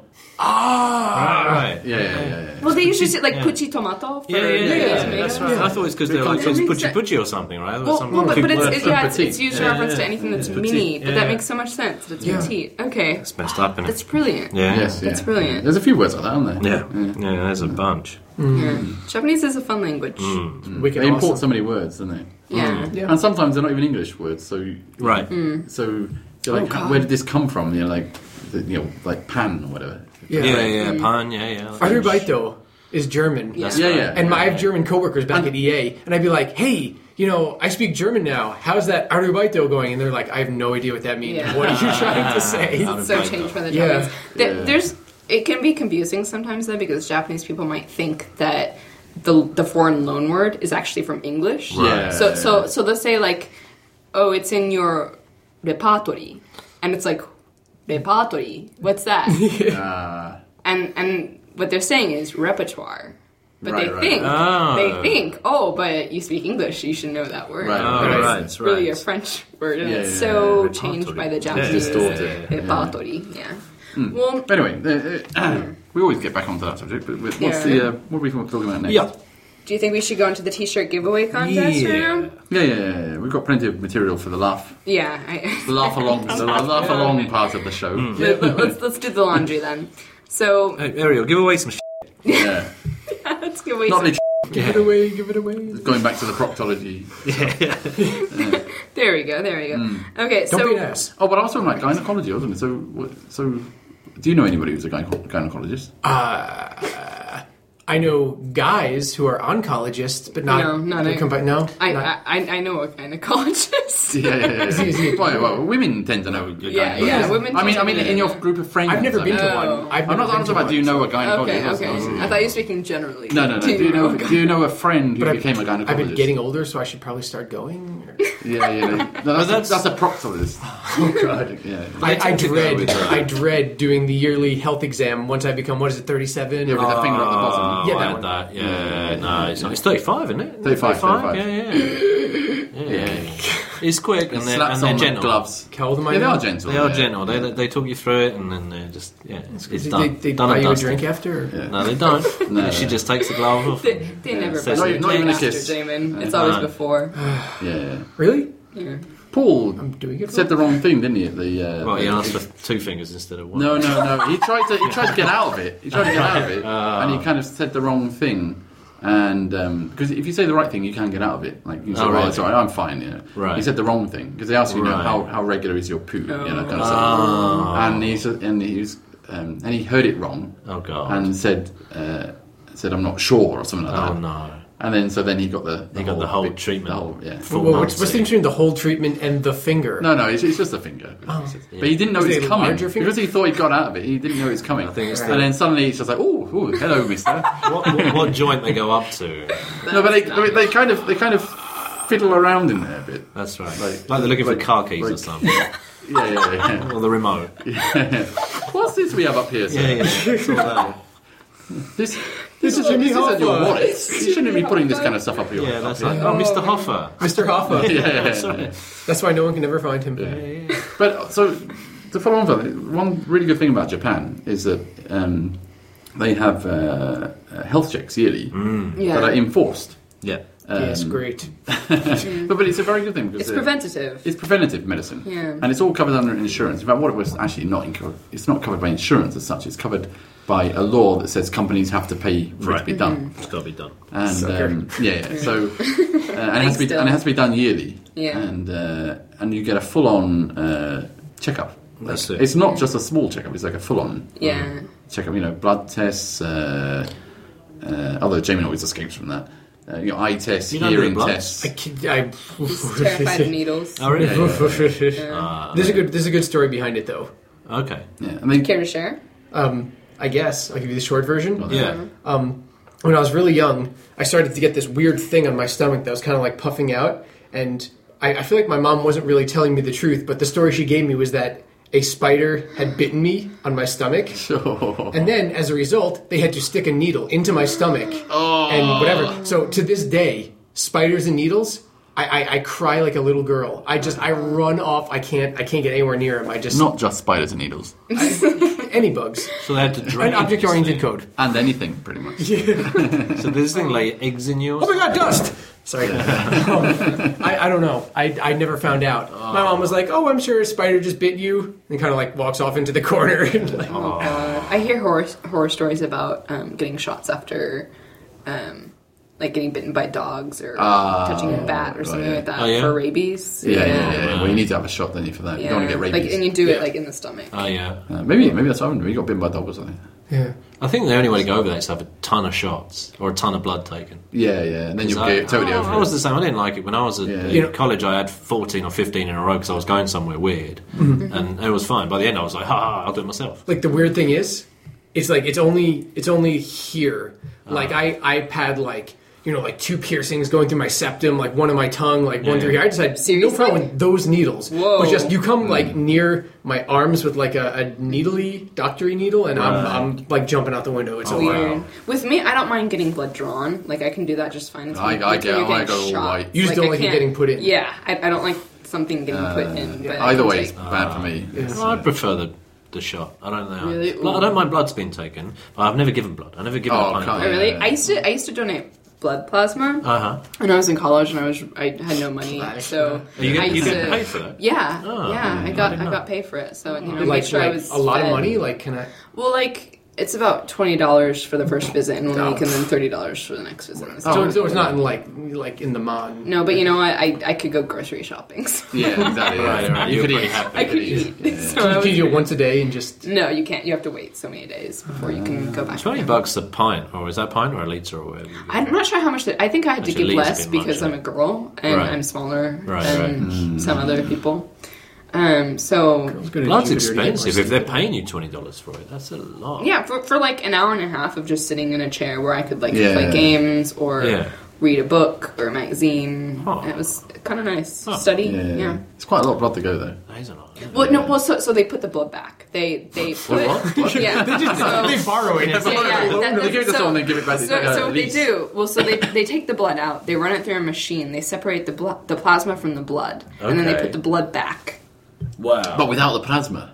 C: "Ah,
D: Right, right.
A: Yeah, yeah, yeah, yeah.
B: Well, they usually say like
D: yeah.
B: pucci tomato. For
D: Yeah, yeah, yeah,
B: Japanese
D: yeah,
B: tomatoes.
D: that's right. I thought it was because they're like
B: That
D: it's
B: makes
D: pucci
B: sense.
D: pucci or something, right? Or
B: Well,
D: some
B: well, but,
D: cute
B: but it's,
D: word
B: it's,
D: for
B: yeah, it's, it's
A: petite.
B: used
D: Yeah,
B: in reference
D: yeah,
B: to anything
D: yeah.
B: that's
D: Yeah.
B: mini,
D: Petite,
B: but that
D: yeah.
B: makes so much sense. That it's
C: Yeah.
B: petite. Okay,
D: It's messed up,
B: that's
D: is
B: brilliant.
D: Yeah.
A: Yes,
B: That's
A: yeah.
B: brilliant.
A: There's a few words like that, aren't there?
D: Yeah. yeah, there's a bunch.
B: Yeah. Japanese is a fun language.
D: Mm.
C: wicked
A: They import so
C: awesome."
A: many words, don't they?
B: Yeah. Hmm.
C: Yeah.
A: And sometimes they're not even English words, so you-
D: Right.
B: Mm.
A: so you're like,
B: Oh, God.
A: where did this come from? You know, like the- you know, like pan or whatever.
D: Yeah, yeah,
C: Yeah.
B: Mm.
D: yeah. Pan, yeah, yeah. like-
C: Arubaito is German.
B: Yeah.
A: Yeah, yeah.
C: And my, I have German coworkers back at EA, and E I'd be like, "Hey, you know, I speak German now. How's that Arubaito going? And they're like, I have no idea what that means.
B: Yeah.
C: What are you trying to say?
D: Out of
B: so
D: Bangkok.
B: change for the
C: Yeah.
B: Japanese. Th-
A: Yeah.
B: There's it can be confusing sometimes though because Japanese people might think that the the foreign loan word is actually from English.
A: Right.
B: So so so they'll say like, oh, it's in your repertory, and it's like repertory. What's that?
A: Ah,
B: and and what they're saying is repertoire. But
A: Right,
B: they
A: right.
B: think
D: Ah.
B: they think oh, but you speak English, you should know that word.
A: Right,
D: Oh,
B: But it's
D: right, right.
B: really a French word, and
A: Yeah,
B: it's
A: yeah, yeah,
B: so
D: repertory.
B: changed by the
D: Yeah,
B: Japanese.
A: distorted. Hmm.
B: Repertory, yeah. Well,
A: anyway, uh, uh, we always get back onto that subject. But what's
B: Yeah.
A: the uh, what are we talking about next?
D: Yeah.
B: do you think we should go into the T-shirt giveaway contest right now?
A: yeah, yeah, yeah, yeah. We've got plenty of material for the laugh,
B: Yeah. I,
A: the laugh along, the la- laugh along part of the show.
C: Hmm.
B: let, us let's do the laundry then. So
D: Hey, Ariel, give away some shit.
A: Yeah,
B: let's give away.
A: not
B: Some,
A: really
C: Give it away, give it away. Don't
A: going back to the proctology.
B: there we go. There we go.
A: Hmm.
B: Okay. so
C: be an ass.
A: Oh, but I was talking about gynecology, wasn't it? So, what- so do you know anybody who's a gyne- gynecologist?
C: I know guys who are oncologists, but not
B: No, not
C: they
B: a-
C: come by- no.
B: I,
C: not-
B: I I- I know a gynecologist.
A: yeah, yeah, yeah.
C: easy.
A: Well, well, women tend to know. a
B: Yeah,
A: gynecologist.
B: yeah, women
A: I mean, I
B: tend to
A: mean,
B: know.
A: in your group of friends,
C: I've never
A: I
C: been to
A: mean.
B: Oh.
C: one. I've
A: I'm not
C: never been
A: talking
C: to
A: about.
C: one,
A: Do you know a
C: so-
A: gynecologist?
B: Okay.
A: That's-
B: Okay.
A: that's-
B: I thought you were speaking generally.
A: Oh. No, no, no. Do
B: Do
A: you know?
B: a
A: Do you know a friend who
C: But I've-
A: became a gynecologist?
C: I've been getting older, so I should probably start going. or-
A: Yeah, yeah. yeah. No, that's, that's,
D: that's-
A: a proctologist. Oh god. Yeah. yeah.
C: I, I
D: tend to go
C: dread,
D: with her.
C: I dread doing the yearly health exam once I become what is it, thirty-seven?
A: Yeah, with the finger at the
D: Oh,
A: bottom.
C: Yeah,
D: I
C: that
D: had
C: one.
D: that. Yeah, no, it's not. It's 35, isn't it?
A: 35, 35.
D: Yeah, yeah. yeah. yeah. It's quick and they're,
A: Slaps
D: and they're
A: on
D: gentle.
A: gloves.
C: How old am I
A: Yeah, they
C: now?
A: are gentle.
D: They are
A: yeah.
D: gentle. They, they talk you through it and then they're just, yeah, it's, it's
C: Did
D: done.
C: they, they
D: done
C: buy
D: and
C: you a
D: dusted.
C: drink after? or-
D: No, they don't.
A: No.
D: She just takes the glove off.
B: They, they never
D: so
B: so
A: not- not even a
B: after
A: kiss.
B: Jamin. It's always
D: Uh,
B: before.
A: Yeah. yeah.
C: Really?
B: Yeah.
A: Paul
C: Doing it?
A: said the wrong thing, didn't he? At the. Uh,
D: Well,
A: the-
D: he asked for two fingers instead of one.
A: No, no, no. He tried to. He tried to get out of it. He tried to get out of it, and he kind of said the wrong thing. And because if you say the right thing, you can get out of it. Like you say,
D: Oh,
A: "Oh,
D: really?
A: it's all right, I'm fine." You know?
D: Right.
A: He said the wrong thing because they asked you, you know,
D: Right.
A: how, how regular is your poo? You know, kind of stuff.
D: Oh.
A: And he said, and he was, um, and he heard it wrong,
D: Oh, God.
A: and said, uh, said I'm not sure or something like
D: oh,
A: that.
D: no.
A: And then so then he got the,
D: He got the whole treatment.
A: The whole, yeah.
D: Full
C: Well, what's, what's the
D: Nazi.
C: difference between the whole treatment and the finger?
A: No, no, it's, it's just a finger. But he didn't know
C: Oh,
A: it
C: Is it
A: was
C: a
A: coming
C: larger finger?
A: because he thought he'd got out of it. He didn't know it was coming.
D: I think it's the-
A: and then suddenly it's just like, oh, ooh, hello, Mister.
D: what, what, what joint they go up to?
A: no, but they, they, they kind of they kind of fiddle around in there a bit.
D: That's right.
A: Like-
D: Like, they're looking
A: like-
D: for car keys or
A: like-
D: something.
A: Yeah, yeah,
D: or the remote.
A: yeah. What's this we have up here? Sir?
D: Yeah, yeah. It's all there.
A: This this, is,
C: Jimmy
A: this isn't your
C: Hoffa.
A: wallet. You shouldn't be putting this kind of stuff up your.
D: Yeah, that's
A: up
D: like, oh, Mr. Hoffer.
C: Mr. Hoffa.
A: here. Yeah, yeah, yeah.
D: Sorry.
C: That's why no one can ever find him.
A: But so to follow on from that, one really good thing about Japan is that um, they have uh, uh, health checks yearly
D: Mm.
A: that are
B: Yeah.
A: enforced. Um,
D: Yeah.
C: yes, great.
A: But, but it's a very good thing because
B: It's
A: it-
B: preventative.
A: It's preventative medicine,
B: Yeah.
A: and it's all covered under insurance. In fact, what it was actually not inco- it's not covered by insurance as such. It's covered by a law that says companies have to pay for it to
D: Right.
A: be
B: Mm-hmm.
A: done,
D: It's got to be done.
A: and
C: Sucker.
A: um, yeah, yeah. so uh, and, it has to be,
B: Still.
A: and it has to be done yearly,
B: Yeah.
A: and uh, and you get a full on uh, checkup.
D: That's
A: Like,
D: it.
A: It's not just a small checkup; it's like a full on
B: Yeah.
A: check up, you know, blood tests. Uh, uh, although Jamie always escapes from that. Uh, you know, eye tests,
D: You don't do
A: hearing
D: blood?
A: tests.
C: I, kid- I,
B: He's terrified of needles.
D: Oh, really?
C: There's a good. There's a good story behind it, though.
D: Uh, Okay.
A: Yeah, and then
B: Care to share?
C: Um, I guess I'll give you the short version.
D: Yeah.
C: um, when I was really young, I started to get this weird thing on my stomach that was kind of like puffing out, and I, I feel like my mom wasn't really telling me the truth, but the story she gave me was that a spider had bitten me on my stomach, and then as a result, they had to stick a needle into my stomach and whatever. So to this day, spiders and needles. I, I, I cry like a little girl. I just I run off. I can't I can't get anywhere near him. I just
A: not just spiders and needles,
C: any bugs.
D: So they had to
C: An
D: drain
C: object oriented code.
A: and anything pretty much.
D: So there's this thing like eggs in yours.
C: Oh my god, dust! Sorry. Um, I, I don't know. I, I never found out. My mom was like, oh, I'm sure a spider just bit you, and kind of like walks off into the corner. and like,
D: Oh.
B: Uh, I hear horror horror stories about um, getting shots after, um, like getting bitten by dogs or touching a bat or
A: Ah, right,
B: something
A: yeah.
B: like that
D: Oh, yeah?
B: for rabies.
A: Yeah, yeah, yeah. yeah. Well, you need to have a shot, don't you, for that? You don't want to get
B: Like,
A: rabies.
B: and you do it like in the stomach.
D: Oh yeah.
A: Uh, maybe, maybe that's what happened. to me. You got bitten by a dog or something.
C: yeah.
D: I think the only way to go over that is to have a ton of shots or a ton of blood taken.
A: Yeah, yeah, and then you'll
D: I,
A: get totally
B: Oh,
D: I,
A: over
D: I was
A: it.
D: the same. I didn't like it when I was at
A: Yeah.
D: at
A: You
C: know-
D: college. I had fourteen or fifteen in a row because I was going somewhere weird,
C: Mm-hmm.
D: and it was fine. By the end, I was like, "Ha, ha, I'll do it myself."
C: like the weird thing is it's like it's only it's only here
D: Uh.
C: like i i've had like you know like two piercings going through my septum like one in my tongue like one
D: Yeah. Hmm.
C: through here i just had
B: Seriously?
C: no problem with those needles
B: Whoa.
C: but just you come like near my arms with like a, a needly doctory needle and I'm, I'm like jumping out the window it's
D: Oh,
C: over.
D: wow.
B: Weird. With me, I don't mind getting blood drawn. Like I can do that just fine. It's
A: I-
B: when-
A: I
B: it's when
A: get-
B: you're
A: I
B: getting
A: go all
B: shot.
A: white.
C: You just
B: Like,
C: don't
B: I
C: like it
B: can't-
C: getting put in.
B: Yeah, I, I don't like something getting put in. But I
A: Uh, Either
B: can
A: way, it's
B: take-
A: bad for me. It's,
D: Well, I
A: uh,
D: prefer the the shot. I don't know.
B: Really?
D: Blood- I don't mind blood's been taken, but I've never given blood. I've never given
A: Oh,
D: a pint
A: can't
B: I
D: of blood.
A: you?
B: really,
A: Yeah.
B: I used to, I used to donate blood plasma
D: Uh huh.
B: when I was in college, and I was, I had no money,
C: Plasma.
B: so
D: You
B: I
D: get, you
B: used
D: get
B: to.
D: paid for that.
B: yeah,
D: Oh,
B: yeah, I
D: I
B: got,
D: didn't
B: I,
D: know.
B: got paid for it, so you know, make
C: like,
B: sure I
C: like
B: was
C: a lot of
B: fed.
C: money like can i
B: Well, like it's about twenty dollars for the first visit in one
C: Oh.
B: week, and then thirty dollars for the next visit. and
D: Oh.
B: so
C: so,
B: on.
C: it's, so it's not in like like in the mon
B: No, but you know what? I, I could go grocery shopping. so
A: yeah, exactly.
D: Right,
A: yeah.
D: right,
A: You
D: you're
A: could
D: pretty
A: eat.
D: happy.
B: I could
A: Yeah.
B: eat. So I
C: can you
B: was
C: do it
B: pretty-
C: once a day and just
B: No, you can't. You have to wait so many days before you can go back.
D: Twenty bucks a pint, or is that a pint or a liter or whatever? you get?
B: I'm not sure how much that. I think I had to
D: Actually,
B: give
D: Lee's a
B: less
D: bit much,
B: because
D: eh?
B: I'm a girl and
D: Right.
B: I'm smaller
D: Right,
B: than some other people. Um. So
C: It's gonna
D: Blood's
C: do dirty more
D: expensive. If
C: stuff.
D: they're paying you twenty dollars for it, that's a lot.
B: yeah, for for like an hour and a half of just sitting in a chair where I could like
A: Yeah.
B: play games or
D: Yeah.
B: read a book or a magazine.
D: Huh.
B: It was kind of nice.
D: Huh.
B: Study.
A: Yeah, yeah,
B: yeah.
A: yeah. It's quite a lot of blood to go though.
D: That is a lot. isn't it?
B: Well, no, well, so, so they put the blood back. They they put
A: what?
B: yeah.
C: they just
B: so,
C: they borrow it
B: yeah, yeah, that-
A: They give it to
B: so-
A: someone, they give it back to
B: So,
A: the guy,
B: so
A: at
B: what they
A: least.
B: do well, so they they take the blood out, they run it through a machine, they separate the blo- the plasma from the blood, and then they
D: Okay.
B: put the blood back.
D: Wow.
A: But without the plasma.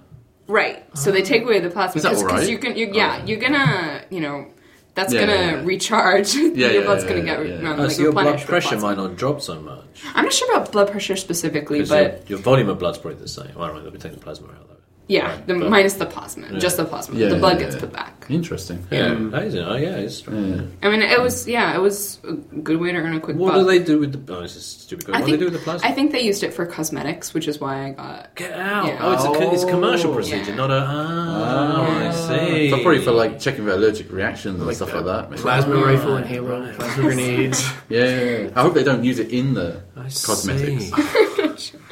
B: Right. So they take away the plasma
A: Is that all right?
B: you can you, yeah you're gonna you know that's
A: Yeah,
B: gonna
A: yeah, yeah.
B: recharge.
A: yeah,
B: your blood's
A: yeah,
B: gonna
A: yeah,
B: get re-
A: yeah.
B: no,
D: Oh,
B: like,
D: so your blood
B: replenished with
D: pressure
B: plasma.
D: might not drop so much.
B: I'm not sure about blood pressure specifically,
D: 'Cause
B: but
D: your, your volume of blood's probably the same. Well, I don't know. We take the plasma out though.
B: yeah,
D: Right,
B: the
D: but-
B: minus the plasma, just the plasma.
A: Yeah,
B: the blood
A: yeah,
B: gets
A: yeah.
B: put back.
A: Interesting.
D: Yeah, that is. Oh, yeah, it's.
B: I mean, it was yeah, it was a good way to earn a quick
D: What
B: buck.
D: do they do with the? Oh, this is stupid.
B: I
D: what do
B: think,
D: they do with the plasma?
B: I think they used it for cosmetics, which is why I got.
D: Get out!
B: Yeah.
D: Oh, it's a co- it's a commercial
A: Oh.
D: procedure,
B: Yeah.
D: not a. Ah, I see.
A: So probably for like checking for allergic reactions and stuff like that. maybe.
C: plasma
D: Right,
C: rifle and halo
D: right.
C: plasma grenades
A: Yeah, yeah, yeah. I hope they don't use it in the
D: I see.
A: cosmetics.
B: Oh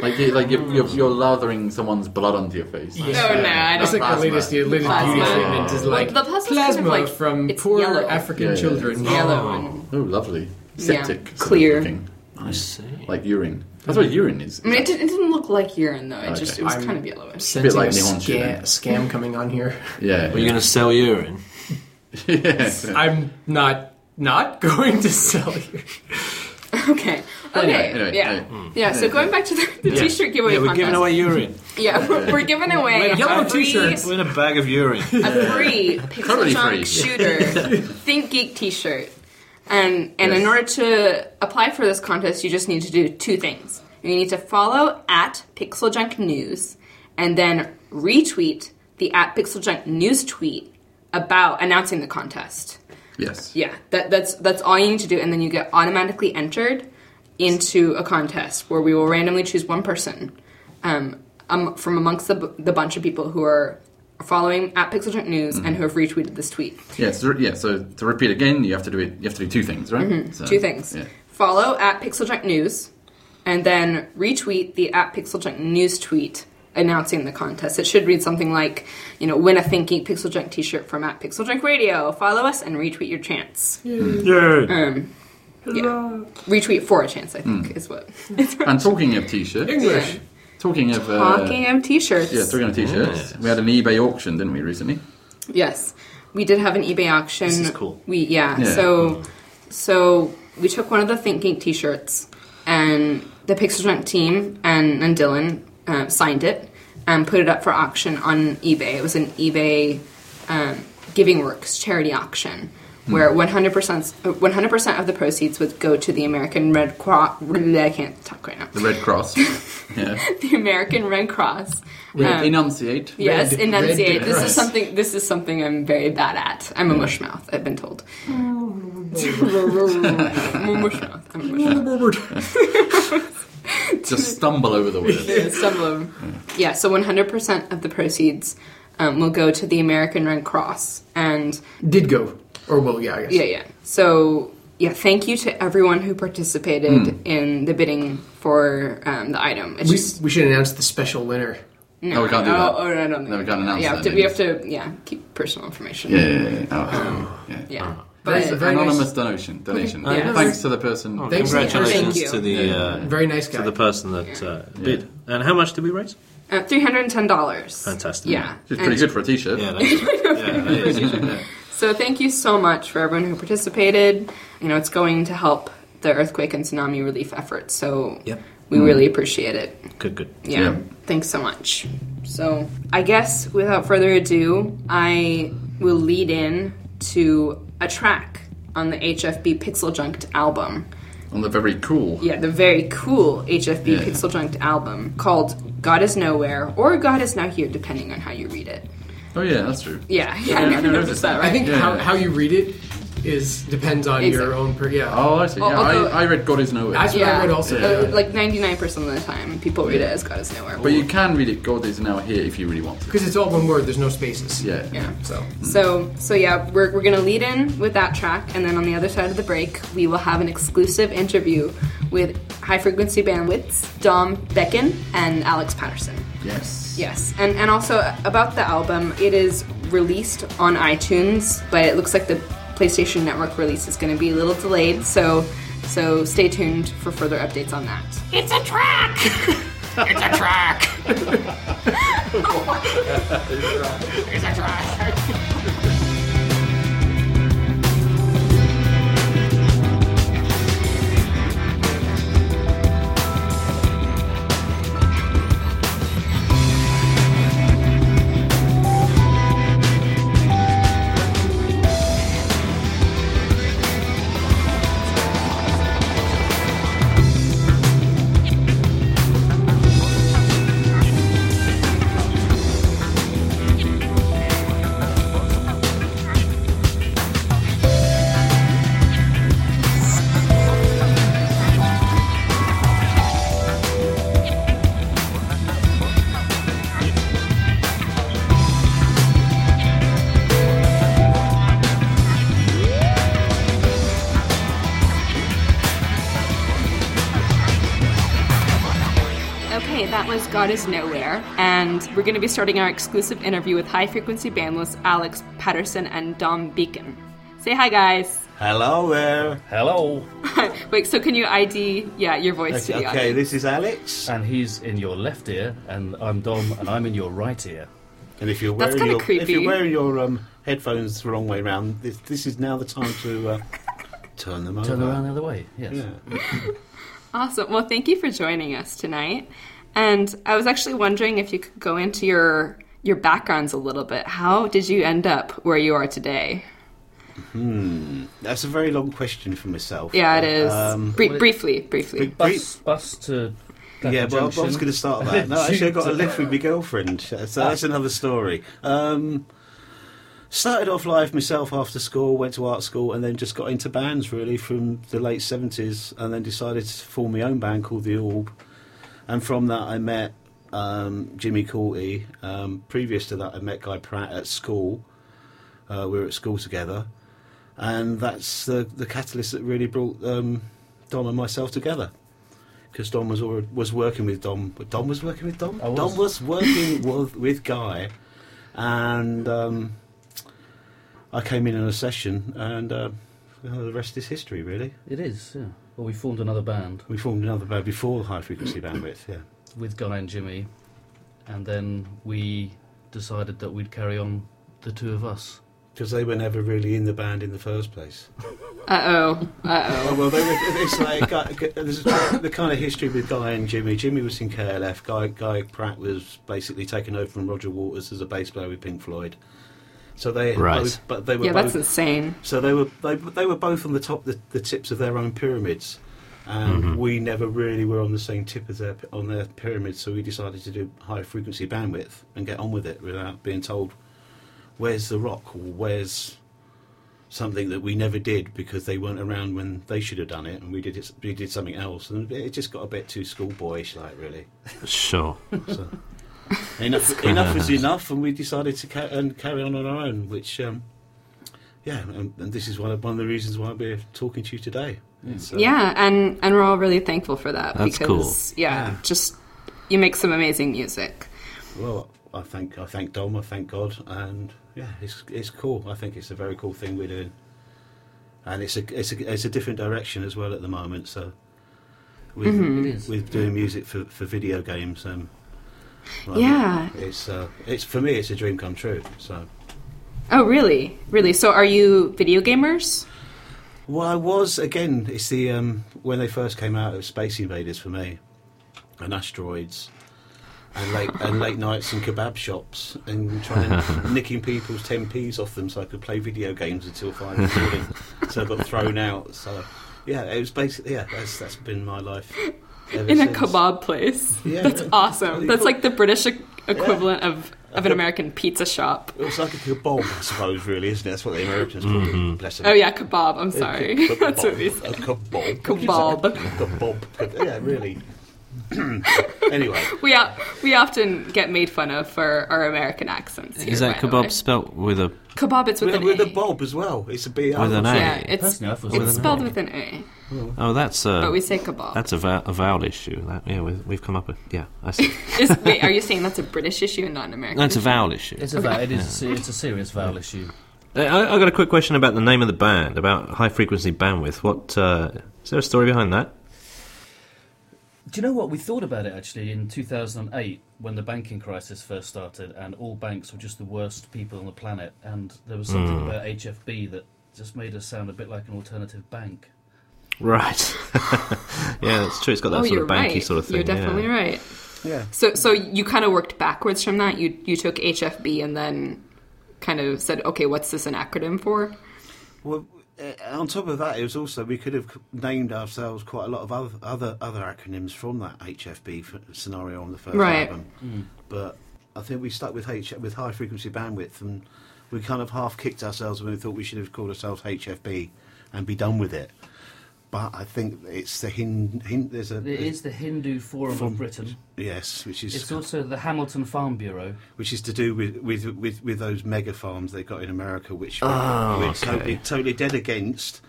A: Like, you, like you're, you're, you're lathering someone's blood onto your face.
B: Oh, No, no, I
C: That's
B: don't.
C: like
A: Plasma.
C: the latest, the latest beauty
B: Plasma.
C: treatment is like
B: Well, the plasma's
C: plasma
B: kind of like-
C: from
B: it's
C: poor
B: yellow.
C: African
A: Yeah, yeah,
C: children.
B: it's yellow
D: Oh.
B: and-
A: Oh, lovely.
B: Yeah,
A: Septic. sort of
B: clear.
A: looking.
D: I see.
A: Like urine. That's what urine is.
B: I mean, it, didn't, it didn't look like urine though. It just
A: Okay.
B: it was
C: I'm-
B: kind of yellowish.
C: Sensing
A: like
C: a
A: Nihon
C: sca- scam coming on here.
A: Yeah.
D: Are you going to sell urine?
A: Yes.
C: I'm not not going to sell you.
B: Okay. Okay.
A: Anyway, anyway,
B: yeah.
A: anyway.
B: Yeah. So going back to the, the t-shirt giveaway
D: yeah, we're
B: contest.
D: giving away urine.
B: Yeah, we're, we're giving away a
C: Yellow
B: free-
C: t-shirts.
D: We're in a bag of urine.
B: a free Pixel
A: Totally
B: Junk
A: free.
B: Shooter Think Geek T-shirt. And and in
A: Yes.
B: order to apply for this contest, you just need to do two things. You need to follow at Pixel Junk News, and then retweet the at Pixel Junk News tweet about announcing the contest.
A: yes.
B: Yeah, that, that's that's all you need to do, and then you get automatically entered into a contest where we will randomly choose one person um, um, from amongst the, bu- the bunch of people who are following at Pixel Junk News and who have retweeted this tweet.
A: Yeah, so, yeah, so to repeat again, you have to do it. You have to do two things, right? So,
B: Mm-hmm. Two things:
A: Yeah.
B: follow at Pixel Junk News, and then retweet the at Pixel Junk News tweet announcing the contest. It should read something like, you know, win a thinking Pixel Junk T-shirt from at Pixel Junk Radio. Follow us and retweet your chance. Um, yeah. Retweet for a chance, I think,
A: Hmm.
B: is what.
A: And talking of t-shirts,
C: English.
A: talking of uh,
B: Talking of t-shirts.
A: yeah, talking of t-shirts, we had an eBay auction, didn't we, recently?
B: Yes, we did have an eBay auction.
D: This is cool.
B: We yeah.
A: Yeah.
B: So so we took one of the Think Geek T-shirts, and the Pixel Junk team and and Dylan uh, signed it and put it up for auction on eBay. It was an eBay um, Giving Works charity auction. Where 100% 100% of the proceeds would go to the American Red Cross. I can't talk right now.
A: The Red Cross. yeah.
B: The American Red Cross.
A: Red enunciate.
B: Yes,
C: Red-
B: enunciate.
C: red
B: this
C: dress.
B: is something. This is something I'm very bad at. I'm a mush mouth. I've been told. I'm a mush mouth. I'm a mush mouth.
A: Just stumble over the word.
B: Some of them. Yeah. So 100 percent of the proceeds um, will go to the American Red Cross. And
C: Did go. Or will, yeah, I guess.
B: yeah, yeah. So yeah, thank you to everyone who participated
A: Hmm.
B: in the bidding for um, the item. It's
C: We,
B: just
C: we should announce the special winner.
A: No, we can't do
B: oh,
A: that.
B: oh, I don't think
A: No, we can't announce
B: yeah,
A: that,
B: have to-
A: do
B: we
A: we?
B: have to yeah keep personal information.
A: Yeah, yeah, yeah. yeah. Oh, okay. yeah.
B: Yeah.
A: That's
C: Very-
A: an
B: But,
C: very
A: anonymous
C: nice.
A: donation. donation.
B: Okay. Yeah.
A: Thanks to the person.
D: Oh,
C: Thanks, Nick.
D: congratulations
B: Thank you.
D: to the uh,
C: Very nice guy.
D: to the person that uh, bid. And how much did we raise?
B: uh, three hundred and ten dollars.
D: Fantastic.
B: Yeah,
A: Which is pretty
B: And
A: good for a t-shirt.
D: Yeah, that's yeah, that is.
B: So thank you so much for everyone who participated. You know, it's going to help the earthquake and tsunami relief efforts. So
D: Yep.
B: we really appreciate it.
D: Good, good.
B: Yeah.
A: Mm-hmm. Yeah.
B: Thanks so much. So I guess without further ado, I will lead in to a track on the HFB Pixel Junked album.
A: On the very cool.
B: Yeah, the very cool HFB
A: Yeah.
B: Pixel Junked album called God is Nowhere or God is Now Here, depending on how you read it.
A: Oh yeah, that's true.
B: Yeah, yeah,
A: I
B: I never
A: noticed
B: noticed that,
A: that.
B: right?
C: I think
A: Yeah.
C: how, how you read it is depends on your
B: Exactly.
C: own. Per, yeah.
A: Oh, I see. Yeah,
B: Although-
A: I, I read God is Nowhere.
C: That's what I read also.
A: Yeah.
B: Uh, like 99% of the time, people read it as God is Nowhere.
A: but you can read it. God is now here if you really want to.
C: Because it's all one word, there's no spaces.
A: Yeah.
B: yeah.
C: So.
B: So, so yeah, we're, we're gonna lead in with that track, and then on the other side of the break, we will have an exclusive interview with High Frequency Bandwidths, Dom Becken, and Alex Patterson.
A: Yes.
B: Yes, and and also uh, about the album, it is released on iTunes, but it looks like the PlayStation Network release is gonna be a little delayed. So, so stay tuned for further updates on that.
E: It's a track! it's a track! it's a track!
B: Okay, that was God is Nowhere, and we're going to be starting our exclusive interview with high frequency bandless Alex Patterson and Dom Beacon. Say hi, guys.
F: Hello uh, there.
G: Hello,
B: Wait, so can you ID, yeah, your voice to the
F: Okay,
B: audience?
F: this is Alex.
G: and he's in your left ear, and I'm Dom, and I'm in your right ear.
F: And if you're
B: That's
F: wearing
B: kinda
F: your if
B: creepy.
F: you're wearing your um, headphones the wrong way round, this, this is now the time to uh, turn them
G: Turn
F: over.
G: around the other way. Yes.
F: Yeah.
B: Awesome. Well, thank you for joining us tonight. And I was actually wondering if you could go into your your backgrounds a little bit. How did you end up where you are today?
F: That's a very long question for myself.
B: Yeah, it is.
F: Um,
B: Brie- briefly, briefly.
F: big-
G: Bus, bus to. Clapham
F: yeah, well, I was
G: Junction.
F: going to start that. No, actually, I got a lift with my girlfriend, so that's another story. Um, started off life myself after school, went to art school, and then just got into bands really from the late seventies, and then decided to form my own band called the Orb. And from that, I met um, Jimmy Courty. Um, previous to that, I met Guy Pratt at school. Uh, we were at school together, and that's the the catalyst that really brought um, Dom and myself together. Because Dom was already, was working with Dom, but Dom was working with Dom.
G: I was.
F: Dom was working with with Guy, and um, I came in on a session, and uh, well, the rest is history. Really,
G: It is. Yeah. Well, we formed another band
F: we formed another band before the High Frequency Bandwidth. Yeah.
G: with Guy and Jimmy, and then we decided that we'd carry on the two of us.
F: Because they were never really in the band in the first place.
B: Uh oh. Uh
F: Oh, well, they were, it's like Guy- Guy- this is the kind of history with Guy and Jimmy. Jimmy was in KLF. Guy, Guy Pratt was basically taken over from Roger Waters as a bass player with Pink Floyd. So they
D: Right.
F: both- but they
B: oh.
F: were
B: Yeah,
F: both,
B: that's insane.
F: so they were they, they were both on the top the, the tips of their own pyramids, and we never really were on the same tip as their on their pyramid. So we decided to do high frequency bandwidth and get on with it without being told where's the rock or where's something that we never did because they weren't around when they should have done it, and we did it, we did something else, and it just got a bit too schoolboyish, like really.
D: Sure.
F: So. enough, enough was enough, and we decided to ca- and carry on on our own. Which, um, yeah, and, and this is one of, one of the reasons why we're talking to you today. It's, uh,
B: Yeah, and and we're all really thankful for that
D: That's
B: because yeah,
F: Yeah.
B: just you make some amazing music.
F: Well, I thank I thank Dom, I thank God, and yeah, it's it's cool. I think it's a very cool thing we're doing, and it's a it's a it's a different direction as well at the moment. So with
B: Mm-hmm.
F: with doing music for, for video games, um, like,
B: Yeah.
F: it's uh, it's for me it's a dream come true. So
B: Oh, really? Really? So are you video gamers?
F: well, I was again. It's the um, when they first came out, it was Space Invaders for me, and asteroids. And late, and late nights in kebab shops and trying nicking people's 10p's off them so I could play video games until 5 in the morning. so I got thrown out. So, yeah, it was basically, yeah, that's, that's been my life. ever
B: In a
F: since.
B: kebab place.
F: Yeah.
B: That's awesome. That's like the British e- equivalent of of an
F: could-
B: American pizza shop.
F: It was like a kebab, I suppose, really, isn't it? That's what the Americans call it. Bless them.
B: Oh yeah, kebab. I'm sorry.
F: Kebab.
B: That's what we said.
F: A kebab.
B: Kebab.
F: Kebab. Yeah, really. anyway.
B: We o- we often get made fun of for our American accents. Here,
D: Is that
B: by the way.
D: kebab spelt with a?
B: Kebab. It's with
F: With,
B: an
F: with
B: A.
F: a bob as well. It's a B.
D: With an A.
B: Yeah, it's
G: Personally, I thought it
B: it's
G: was an
B: spelled
G: A.
B: with an A,
D: Oh, that's
B: but we
D: a
B: say kebab.
D: that's a, vow, a vowel issue. That, yeah, we've, we've come up with yeah. I see.
B: Is, wait, are you saying that's a British issue and not an American?
D: No, it's a
B: issue?
D: vowel issue.
G: It's a, va- it is, a se- it's a serious vowel issue.
D: Uh, I, I got a quick question about the name of the band, about high frequency bandwidth. What uh, is there a story behind that?
G: Do you know what? We thought about it actually in 2008 when the banking crisis first started and all banks were just the worst people on the planet. And there was something about HFB that just made us sound a bit like an alternative bank.
D: Right. yeah, that's true. It's got that
B: oh,
D: sort
B: you're
D: of banky
B: right.
D: sort of thing.
B: You're definitely
D: yeah.
B: right.
F: Yeah.
B: So so you kind of worked backwards from that. You you took HFB and then kind of said, okay, what's this an acronym for?
F: Well, uh, on top of that, it was also we could have c- named ourselves quite a lot of other other, other acronyms from that HFB f- scenario on the first
B: Right. Mm.
F: album, but I think we stuck with H with high frequency bandwidth, and we kind of half kicked ourselves when we thought we should have called ourselves HFB and be done with it. But I think it's the hind. hin there's a
G: It is the Hindu Forum of Britain.
F: yes, which is
G: It's also the Hamilton Farm Bureau.
F: which is to do with with with, with those mega farms they've got in America, which
D: Oh,
F: we're, we're
D: okay.
F: totally, totally dead against.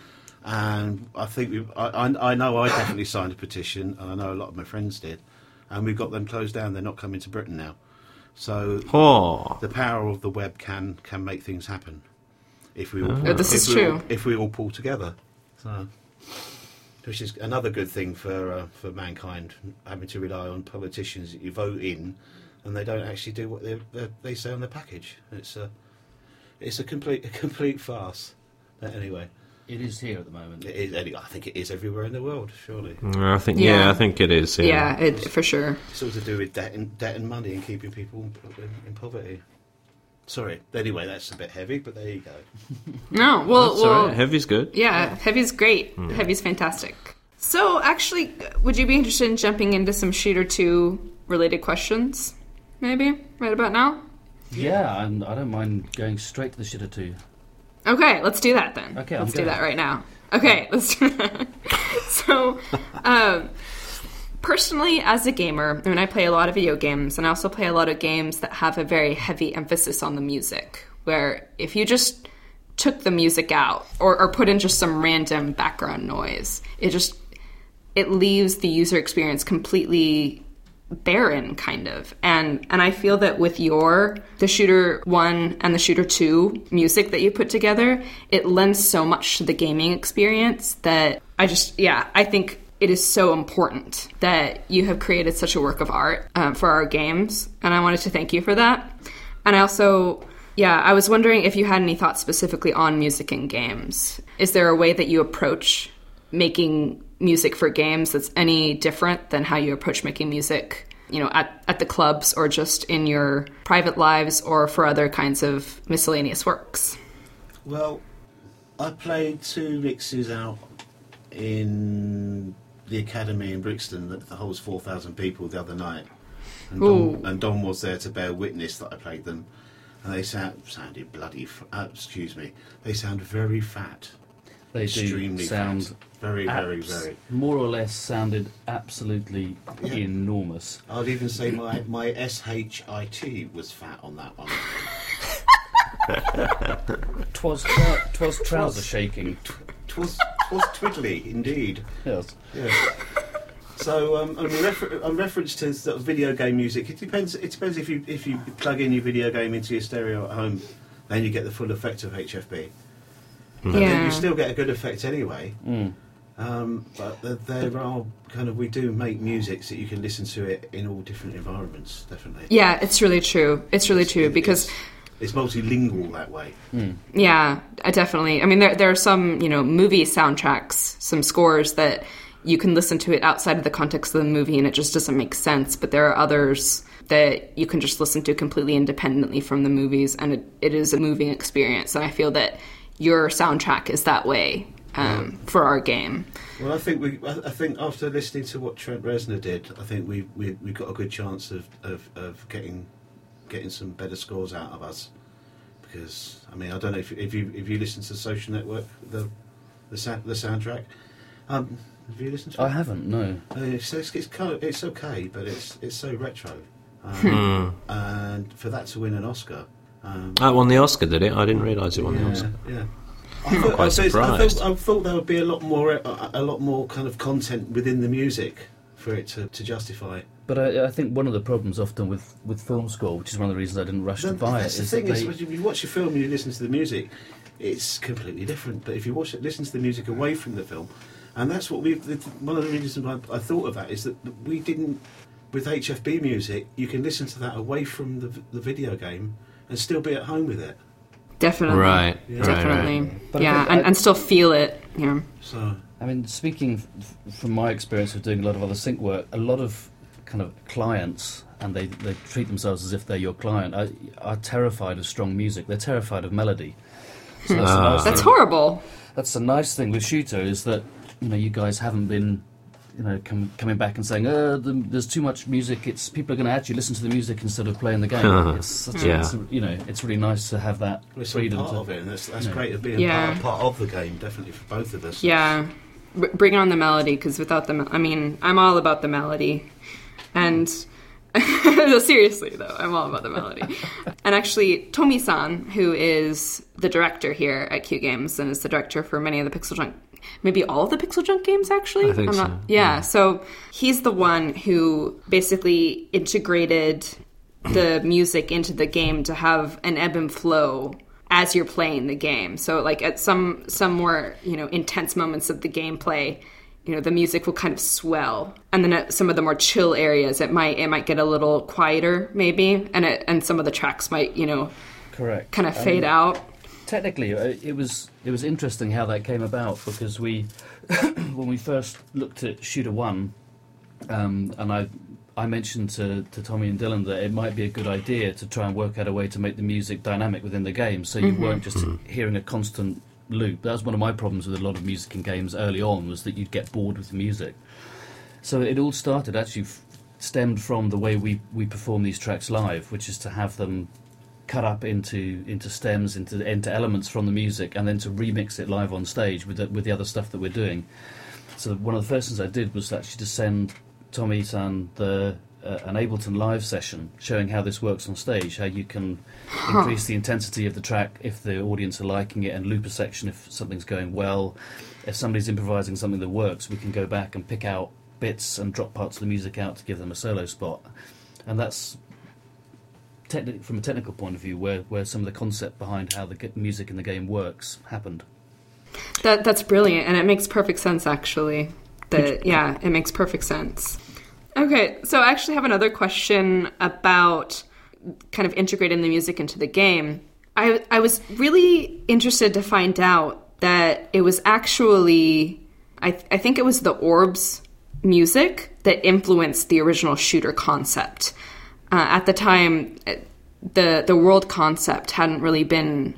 F: And I think we, I, I, I know I definitely signed a petition, and I know a lot of my friends did, and we've got them closed down. They're not coming to Britain now. So
D: Oh,
F: the power of the web can can make things happen if we all pull,
B: Oh, this
F: if
B: is
F: we all-
B: true.
F: if we all pull together. So, which is another good thing for uh, for mankind having to rely on politicians that you vote in, and they don't actually do what they they, they say on their package. It's a it's a complete a complete farce. But anyway,
G: It is here at the moment.
F: it is, any- I think it is everywhere in the world. Surely,
D: I think yeah.
B: Yeah.
D: I think it is.
B: Yeah,
D: Yeah.
B: it, for sure.
F: it's all to do with debt and debt and money and keeping people in, in poverty. Sorry. Anyway, that's a bit heavy, but there you go.
B: No, well,
D: That's
B: well,
D: all right. Heavy's good.
B: yeah, heavy's great. Heavy's fantastic. So actually, would you be interested in jumping into some shooter two related questions? Maybe right about now.
G: Yeah, and I don't mind going straight to the shit or two.
B: Okay, let's do that then.
G: Okay,
B: let's
G: I'm
B: do
G: good.
B: that right now. Okay, let's do that. so, um, personally, as a gamer, I mean, I play a lot of video games, and I also play a lot of games that have a very heavy emphasis on the music. Where if you just took the music out or, or put in just some random background noise, it just it leaves the user experience completely barren kind of and and i feel that with your the shooter one and the shooter two music that you put together it lends so much to the gaming experience that i just yeah i think it is so important that you have created such a work of art um, for our games and i wanted to thank you for that and i also yeah i was wondering if you had any thoughts specifically on music in games is there a way that you approach making music for games that's any different than how you approach making music you know at, at the clubs or just in your private lives or for other kinds of miscellaneous works
F: Well, I played two mixes out in the academy in Brixton that holds 4,000 people the other night. And
B: Ooh.
F: Don, and Don was there to bear witness that I played them. And they sound, sounded bloody, f- uh, excuse me, they sound very fat.
G: They do
F: Extremely
G: sound
F: fat. Very, very,
G: abs-
F: very.
G: more or less sounded absolutely enormous.
F: I'd even say my, my SHIT was fat on that one.
G: Twas tra- twas trouser shaking.
F: Twas, twas twiddly, indeed.
G: Yes.
F: Yes. So um, on, refer- on reference to sort of video game music, it depends. It depends if you if you plug in your video game into your stereo at home, then you get the full effect of HFB. But then
B: Hmm. Yeah.
F: you still get a good effect anyway.
G: Mm.
F: Um, but th- there are kind of we do make music so that you can listen to it in all different environments. Definitely.
B: Yeah, it's really true. It's really true because
F: It's multilingual that way.
B: Yeah, I definitely. I mean, there there are some you know movie soundtracks, some scores that you can listen to it outside of the context of the movie, and it just doesn't make sense. But there are others that you can just listen to completely independently from the movies, and it, it is a moving experience. And I feel that your soundtrack is that way um, for our game.
F: Well, I think we. I I think after listening to what Trent Reznor did, I think we we we got a good chance of of, of getting getting some better scores out of us. Because I mean, I don't know if, if you if you listen to Social Network the the sa- the soundtrack. Um, have you listened to?
G: I
F: it?
G: haven't. No.
F: Uh, it's it's, it's, kind of, it's okay, but it's it's so retro. Um, And for that to win an Oscar. Um,
D: That won the Oscar, did Oh, it? I didn't realise it won the
F: yeah,
D: Oscar.
F: yeah. I
D: quite
F: thought, I, thought, I,
D: surprised.
F: thought, I thought there would be a lot more, uh, a, a lot more kind of content within the music for it to, to justify.
G: But I, I think one of the problems often with, with film score, which is one of the reasons I didn't rush to
F: Then
G: buy it,
F: that's
G: is
F: the thing
G: that
F: is,
G: they-
F: when you watch a film and you listen to the music, it's completely different. But if you watch it, listen to the music away from the film, and that's what we've. the- One of the reasons why I thought of that is that we didn't with HFB music. You can listen to that away from the, the video game and still be at home with it.
B: Definitely,
D: Right, right, right.
B: Definitely,
G: But I
B: yeah,
G: think
B: and,
G: I-
B: and still feel it. Yeah,
F: So
G: I mean, speaking f- from my experience of doing a lot of other sync work, a lot of kind of clients, and they, they treat themselves as if they're your client, are, are terrified of strong music. They're terrified of melody. So that's, a nice
B: that's
D: Uh-huh.
G: thing.
B: horrible.
G: that's the nice thing with Shuto is that, you know, you guys haven't been, you know, com- coming back and saying, uh, the, there's too much music. It's People are going to actually listen to the music instead of playing the game. it's such a,
D: Yeah.
G: it's a- you know, it's really nice to have that
F: we're sort of
G: freedom.
F: part
G: to,
F: of it, and that's, that's great of being
B: Yeah.
F: part, part of the game, definitely for both of us.
B: Yeah, R- bring on the melody because without the, mel- I mean, I'm all about the melody, and no, seriously though, I'm all about the melody. and actually, Tomi-san, who is the director here at Q Games and is the director for many of the Pixel Junk, maybe all of the Pixel Junk games actually.
D: I think so,
B: yeah, so he's the one who basically integrated the music into the game to have an ebb and flow as you're playing the game. So like at some some more, you know, intense moments of the gameplay, you know, the music will kind of swell. And then at some of the more chill areas it might it might get a little quieter maybe and it, and some of the tracks might, you know,
G: Correct.
B: kind of
G: I
B: fade
G: mean,
B: out.
G: technically uh, it was it was interesting how that came about because we when we first looked at shooter one um, and i i mentioned to, to tommy and dylan that it might be a good idea to try and work out a way to make the music dynamic within the game so you weren't just hearing a constant loop that was one of my problems with a lot of music in games early on was that you'd get bored with the music so it all started actually f- stemmed from the way we, we perform these tracks live, which is to have them cut up into into stems, into into elements from the music, and then to remix it live on stage with the, with the other stuff that we're doing. So one of the first things I did was actually to send Tommy San the uh, an Ableton live session showing how this works on stage, how you can increase the intensity of the track if the audience are liking it, and loop a section if something's going well. If somebody's improvising something that works, we can go back and pick out bits and drop parts of the music out to give them a solo spot. And that's techni- from a technical point of view where, where some of the concept behind how the g- music in the game works happened.
B: That that's brilliant, and it makes perfect sense actually. That yeah, it makes perfect sense. Okay, so I actually have another question about kind of integrating the music into the game. I I was really interested to find out that it was actually I th- I think it was the orbs music that influenced the original shooter concept. Uh, at the time, it- the the world concept hadn't really been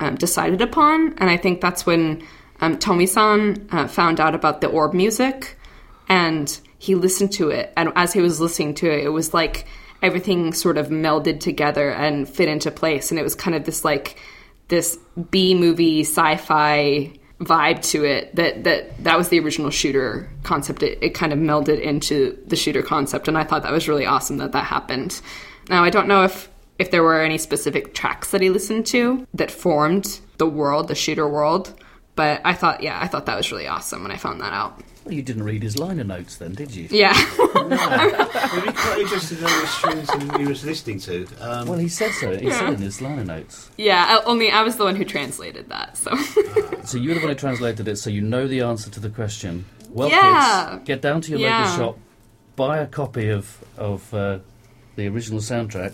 B: um, decided upon, and I think that's when um, Tomi-san uh, found out about the orb music, and he listened to it. And as he was listening to it, it was like everything sort of melded together and fit into place, and it was kind of this like this B movie sci-fi vibe to it that that that was the original shooter concept it, it kind of melded into the shooter concept and i thought that was really awesome that that happened now i don't know if if there were any specific tracks that he listened to that formed the world the shooter world but i thought yeah i thought that was really awesome when i found that out
G: Well, you didn't read his liner notes then, did you?
B: yeah
F: Would be quite interested in the tunes and he was listening to. Um,
G: Well, he said so. He said in his liner notes.
B: yeah I- only i was the one who translated that so
G: So you're the one who translated it, so you know the answer to the question. Well,
B: Yeah.
G: kids, get down to your
B: Yeah.
G: local shop, buy a copy of of uh, the original soundtrack,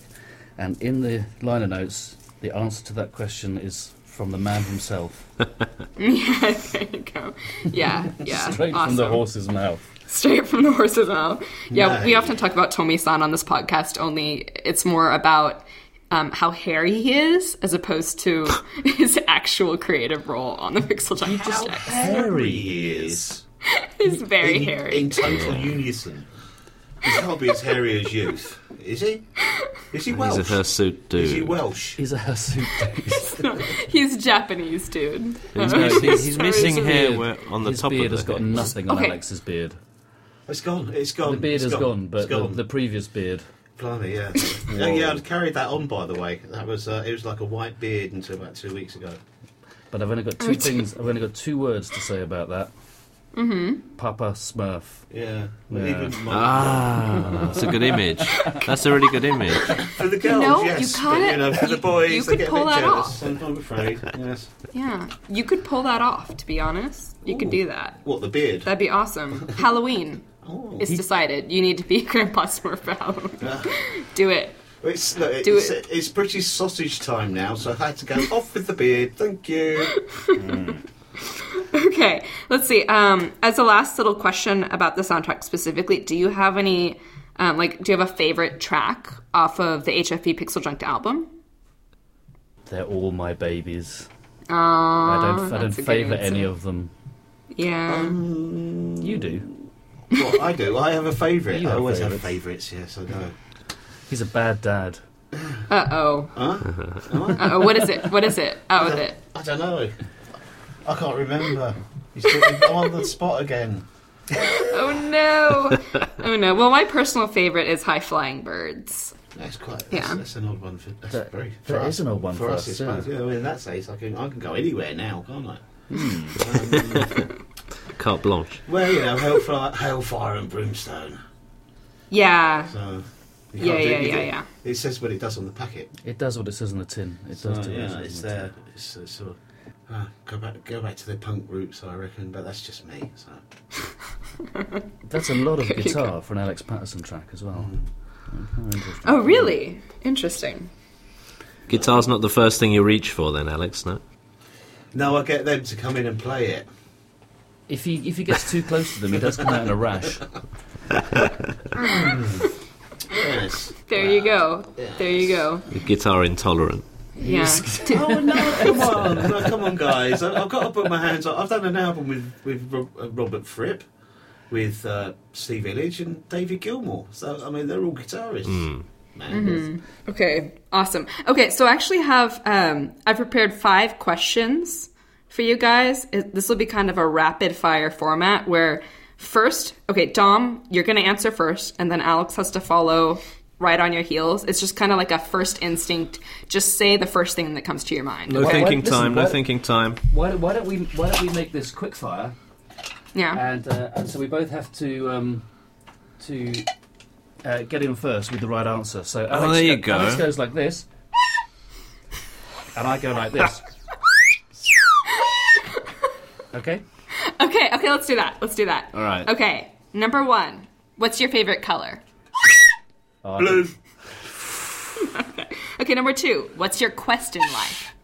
G: and in the liner notes, the answer to that question is from the man himself,
B: yeah there you go yeah yeah
G: straight
B: awesome.
G: from the horse's mouth.
B: straight from the horse's mouth. Yeah, we
F: Nice.
B: often talk about Tomi-san on this podcast. Only it's more about um, how hairy he is as opposed to his actual creative role on the Pixel Junk Project.
F: hairy he is.
B: He's very
F: in,
B: hairy.
F: In total unison. He can't be as hairy as youth. Is he? Is he Welsh?
D: He's a hirsute dude.
F: is he Welsh?
G: He's a suit.
B: He's Japanese, dude.
D: He's missing, he's
B: Sorry,
D: missing
B: sorry.
D: hair where, on the
G: his
D: top
G: beard
D: of
G: has
D: the
G: got
D: head.
G: nothing on
B: Okay.
G: Alex's beard.
F: It's gone. It's gone.
G: The beard
F: it's
G: has gone,
F: it's
G: but the,
F: gone.
G: the previous beard.
F: Blimey, yeah. yeah, yeah. I'd carried that on, by the way. That was uh, it was like a white beard until about two weeks ago.
G: But I've only got two things. I've only got two words to say about that. Mm-hmm. Papa Smurf.
F: Yeah. Well,
G: Yeah.
F: Even my,
D: Ah, that's a good image. That's a really good image.
F: For the girls,
B: know,
F: yes.
B: you
F: but,
B: kinda-
F: you know, for
B: you-
F: the boys,
B: you
F: they
B: could
F: get
B: pull
F: a bit
B: that
F: jealous,
B: off.
F: I'm I'm afraid. Yes.
B: Yeah, you could pull that off. To be honest, you could
F: Ooh.
B: do that.
F: What the beard?
B: That'd be awesome. Halloween.
F: Oh.
B: It's decided. You need to be Grandpa Smurf for Halloween.
F: Ah.
B: Do it.
F: It's, look,
B: Do
F: it's,
B: it.
F: it's British sausage time now, so I had to go off with the beard. Thank you.
B: Okay, let's see. Um, as a last little question about the soundtrack specifically, do you have any, um, like, do you have a favorite track off of the HFP Pixel Junk album?
G: They're all my babies.
B: Oh,
G: I don't, I don't
B: that's a good
G: favour
B: answer.
G: any of Um, them.
B: Yeah.
G: You do.
F: Well, I do. I have a favourite.
G: You
F: I
G: have
F: always have favourites. Yes, I know.
G: He's a bad dad.
B: Uh oh.
F: Huh?
B: Uh oh. What is it? What is it? Out with it.
F: I don't know. I can't remember. He's doing- I'm on the spot again.
B: Oh no. Oh no. Well, my personal favorite is High Flying Birds.
F: That's quite. That's,
B: Yeah.
F: that's an odd one for. That's
G: That-
F: very.
G: that is an odd one for us,
F: it's
G: yeah.
F: both- I mean, in that case, I can I can go anywhere now, can't I? Um,
D: Carte blanche.
F: well, you know, hellfire, hellfire and brimstone.
B: Yeah.
F: So. you
B: Yeah,
F: can't do-
B: yeah,
F: you
B: yeah,
F: do-
B: yeah.
F: It says what it does on the packet.
G: It does what it says on the tin. It
F: So,
G: does do what
F: Oh,
G: it
F: yeah,
G: says
F: it's
G: on the tin.
F: there. It's, uh, sort of, ah, go back, go back to the punk roots, I reckon. But that's just me. So
G: That's a lot of
B: you
G: guitar for an Alex Patterson track as well.
F: Mm.
G: How interesting.
B: Oh really? Interesting.
D: Guitar's not the first thing you reach for, then, Alex. No.
F: no, I get them to come in and play it.
G: If he if he gets too close to them, he does come out in a rash.
F: Yes.
B: There you go. There you go.
D: The guitar intolerant.
B: Yeah.
F: Oh no! Come on, no, come on, guys! I, I've got to put my hands up. I've done an album with with Ro- uh, Robert Fripp, with uh, Steve Village and David Gilmour. So I mean, they're all guitarists. Man,
B: Okay, awesome. Okay, so I actually have um, I prepared five questions for you guys. It- This will be kind of a rapid fire format where first, okay, Dom, you're going to answer first, and then Alex has to follow right on your heels. It's just kind of like a first instinct. Just say the first thing that comes to your mind.
D: No
G: Well,
D: thinking
G: listen,
D: time. No
G: what-
D: thinking time.
G: Why, why don't we why don't we make this quickfire
B: Yeah.
G: and uh, and so we both have to um, to uh, get in first with the right answer. So Alex,
D: there you
G: go- Alex
D: go.
G: goes like this, and I go like this. okay.
B: Okay, okay, let's do that. Let's do that.
D: All right.
B: Okay, number one, what's your favorite color? Mm-hmm.
G: Oh, I
F: blue.
B: Okay, number two, what's your quest in life?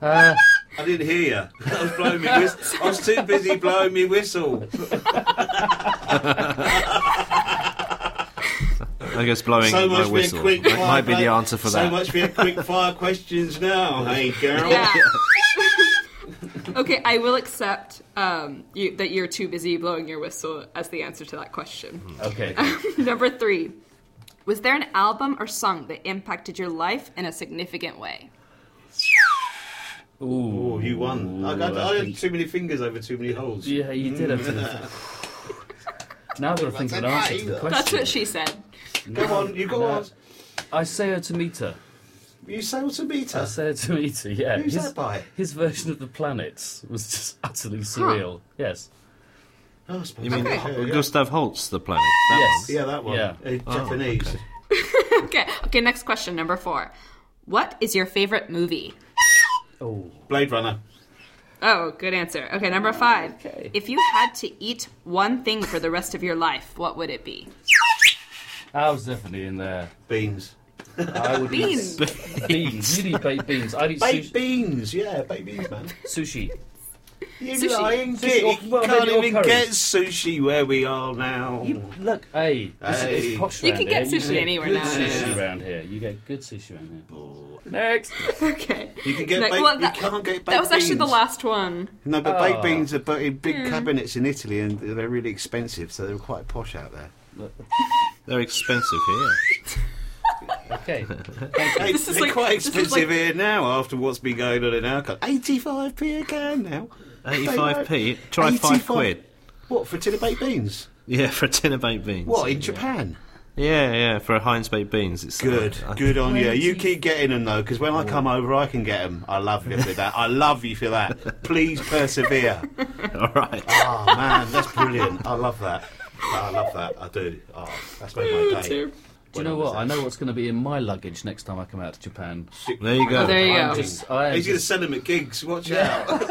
F: I didn't hear you. I was blowing me whistle. I was too busy blowing me whistle.
D: I guess blowing
F: So
D: my
F: much for
D: whistle
F: a quick
D: might,
F: fire
D: might be the
F: que-
D: answer for
F: So
D: that.
F: much for your quick fire questions now, hey girl.
B: Yeah. okay, I will accept um, you, that you're too busy blowing your whistle as the answer to that question.
G: Okay.
B: Number three, was there an album or song that impacted your life in a significant way?
F: Oh, you won. I, got, I,
G: I
F: had
G: think-
F: too many fingers over too many holes.
G: Yeah, you did have to. now I've got to think of an answer to the question.
B: That's what she said.
F: Go on, you go on.
G: I say her to meet her.
F: You sail to meet
G: I
F: us.
G: say her to meet her, yeah.
F: Who's
G: his,
F: that by?
G: his version of the planets was just utterly surreal. Yes.
F: Oh, I suppose.
D: You mean
F: yeah,
D: Ho-
F: yeah.
D: Gustav Holst, the planet? That
G: yes.
F: Yeah, that one.
G: Yeah.
F: Uh,
D: Oh,
F: Japanese.
B: Okay, okay, next question, number four. What is your favorite movie?
G: Oh.
F: Blade Runner.
B: Oh, good answer. Okay, number five.
G: Okay.
B: If you had to eat one thing for the rest of your life, what would it be?
G: I was definitely in there.
F: Beans.
G: I would
B: Beans.
G: eat beans. You'd eat baked beans. I'd eat
F: Baked
G: sushi.
F: beans, yeah, baked beans, man.
G: sushi.
F: You
B: Sushi. Oh,
F: lying
G: Sushi
F: git.
G: or-
F: You
G: well,
F: can't
G: maybe or
F: even
G: curry.
F: get sushi where we are now.
G: You, look, hey, this
F: Hey.
G: is it's posh
B: You
G: round
B: can get
G: here.
B: sushi anywhere
G: good
B: now.
G: Sushi round here. You get good sushi round here. Next.
B: Okay.
F: You can get
B: No,
F: baked,
B: well, that-
F: you can't get baked
B: That was actually the
F: beans.
B: last one.
F: No, but
G: Ah.
F: baked beans are put in big
B: Hmm.
F: cabinets in Italy, and they're really expensive, so they're quite posh out there.
D: one. They're expensive here.
G: Okay.
F: Hey,
B: This is
F: they're
B: like-
F: quite
B: this is
F: expensive
B: like-
F: here now after what's been going on in our country. 85p a can now.
D: 85p. Try E five
F: 85.
D: quid.
F: What, for a tin of baked beans?
D: Yeah, for a tin of baked beans.
F: What, in Japan?
D: Yeah, yeah, for a Heinz baked beans. It's uh,
F: Good,
D: I- Oh. I-
F: good on you. You keep getting them though, because when I come over, I can get them. I love you for that. I love you for that. Please persevere.
D: All right.
F: Oh man, that's brilliant. I love that. I love that. I do. Oh, that's made my day.
B: Two.
G: Do you know what? I know what's going to be in my luggage next time I come out to Japan.
D: There you go.
B: Oh, there you
G: I'm
B: go.
G: just, I am
F: He's going to
G: just,
F: send them at gigs. Watch out.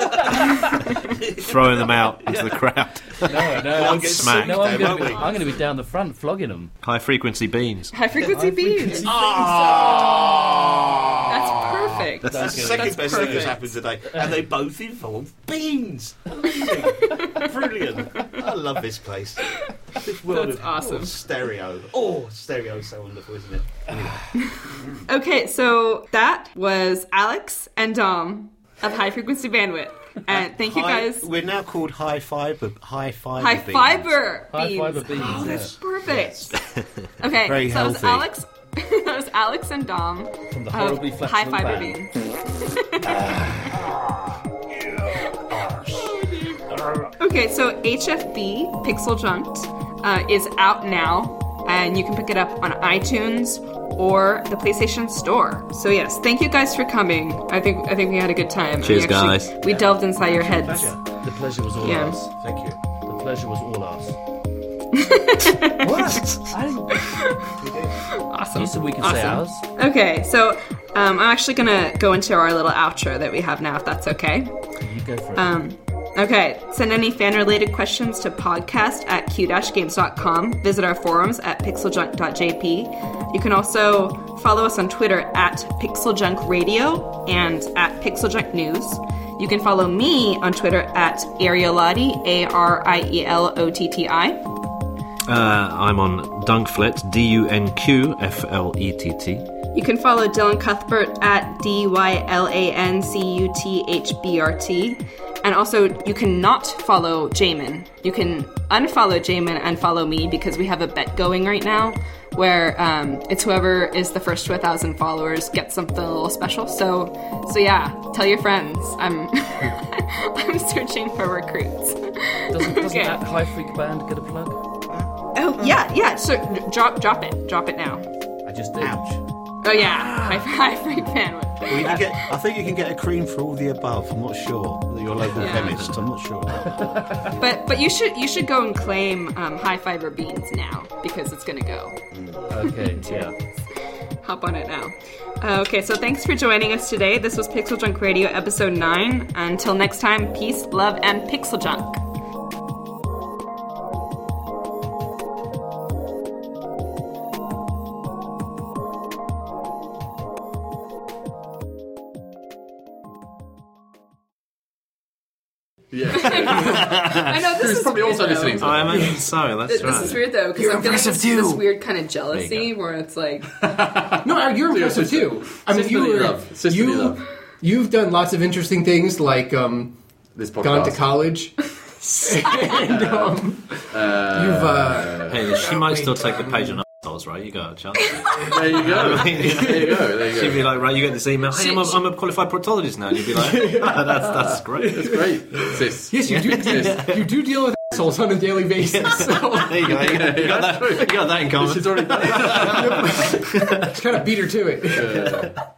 D: Throwing them out into the crowd.
G: no, no,
F: I'll
G: I'm,
F: get
D: smacked.
G: no, I'm
F: though,
G: going
F: won't we?
G: to be down the front flogging them. Ah.
D: High frequency beans.
B: High frequency beans.
F: Oh,
B: That's perfect.
F: that's the second
B: That's
F: best thing that's
B: perfect.
F: happened today. And they both involve beans. Amazing. Brilliant. I love this place. This world
B: That's
F: of
B: awesome.
F: oh, stereo. Oh, stereo is so wonderful, isn't it?
B: Okay, so that was Alex and Dom of High Frequency Bandwidth. And thank you
F: High-
B: guys.
F: We're now called high fiber. High fiber.
B: High
F: beans.
B: fiber
G: High
B: beans.
G: fiber beans,
B: Oh, that's
G: yeah.
B: perfect. Okay,
F: Very
B: so that was
F: healthy.
B: Alex. that was Alex and Dom
G: From the
B: of
G: horribly flexible
B: High Fiber
G: band.
B: Beans.
F: Ah,
B: Okay, so HFB Pixel Junked uh, is out now, and you can pick it up on iTunes or the PlayStation Store. So yes, thank you guys for coming. I think I think we had a good time.
D: Cheers,
B: we
D: guys.
B: We delved inside your heads.
F: Pleasure.
G: The pleasure was all
B: Yeah.
G: ours.
F: Thank you.
G: The pleasure was all ours.
F: What?
B: Awesome.
G: You said we could say
B: Awesome.
G: ours.
B: Okay, so um, I'm actually gonna go into our little outro that we have now, if that's okay.
G: You go for it.
B: Um, okay, send any fan related questions to podcast at q games.com. Visit our forums at pixeljunk.jp. You can also follow us on Twitter at pixeljunk radio and at pixeljunk news. You can follow me on Twitter at Ariolotti, A R I E L O T T I.
D: Uh, I'm on Dunkflet, D U N Q F L E T T.
B: You can follow Dylan Cuthbert at D Y L A N C U T H B R T. And also, you cannot follow Jamin. You can unfollow Jamin and follow me because we have a bet going right now where um, it's whoever is the first to a thousand followers gets something a little special. So, so yeah, tell your friends. I'm, I'm searching for recruits.
G: Doesn't, doesn't
B: okay.
G: that High Freak Band get a plug?
B: Oh yeah, yeah. So drop, drop it, drop it now.
G: I just did.
B: Oh yeah, high, high freak bandwidth.
F: Well, you can get, I think you can get a cream for all the above. I'm not sure. Your local
B: Yeah.
F: chemist. I'm not sure.
B: But but you should you should go and claim um, high fiber beans now because it's gonna go.
G: Okay, yeah.
B: Hop on it now. Uh, okay, so thanks for joining us today. This was Pixel Junk Radio episode nine. Until next time, peace, love, and pixel junk.
A: Yeah.
B: I know this
A: Who's
B: is
A: probably
B: weird,
A: also
B: though.
A: listening to
D: I imagine so, that's
B: Th-
D: right.
B: This is weird though because
C: You're
B: I'm feeling
C: impressive,
B: this, this
C: too.
B: weird kind of jealousy where it's like
C: No, uh, you're impressive
A: sister-
C: too. I mean, you
A: sisterly
C: were,
A: love. Sisterly
C: you
A: love.
C: you've done lots of interesting things, like um,
A: This
C: gone to
A: podcast.
C: college. and, um, uh, you've uh,
D: Hey, she might still take the page on assholes. Charles, right? You got Charles.
A: There you go. there you go. There
D: She'd
A: you
D: be
A: go.
D: like, right, you get this email. Hey, I'm a, I'm a qualified proctologist now. And you'd be like, "Ah, that's that's great.
A: It's great. It's this.
C: Yes, you do.
A: Yes.
C: You do deal with assholes on a daily basis. So
D: There you go. You got, you got that. You got that in common.
A: She's already done it.
C: it's kind of beat her to it.
A: Yeah.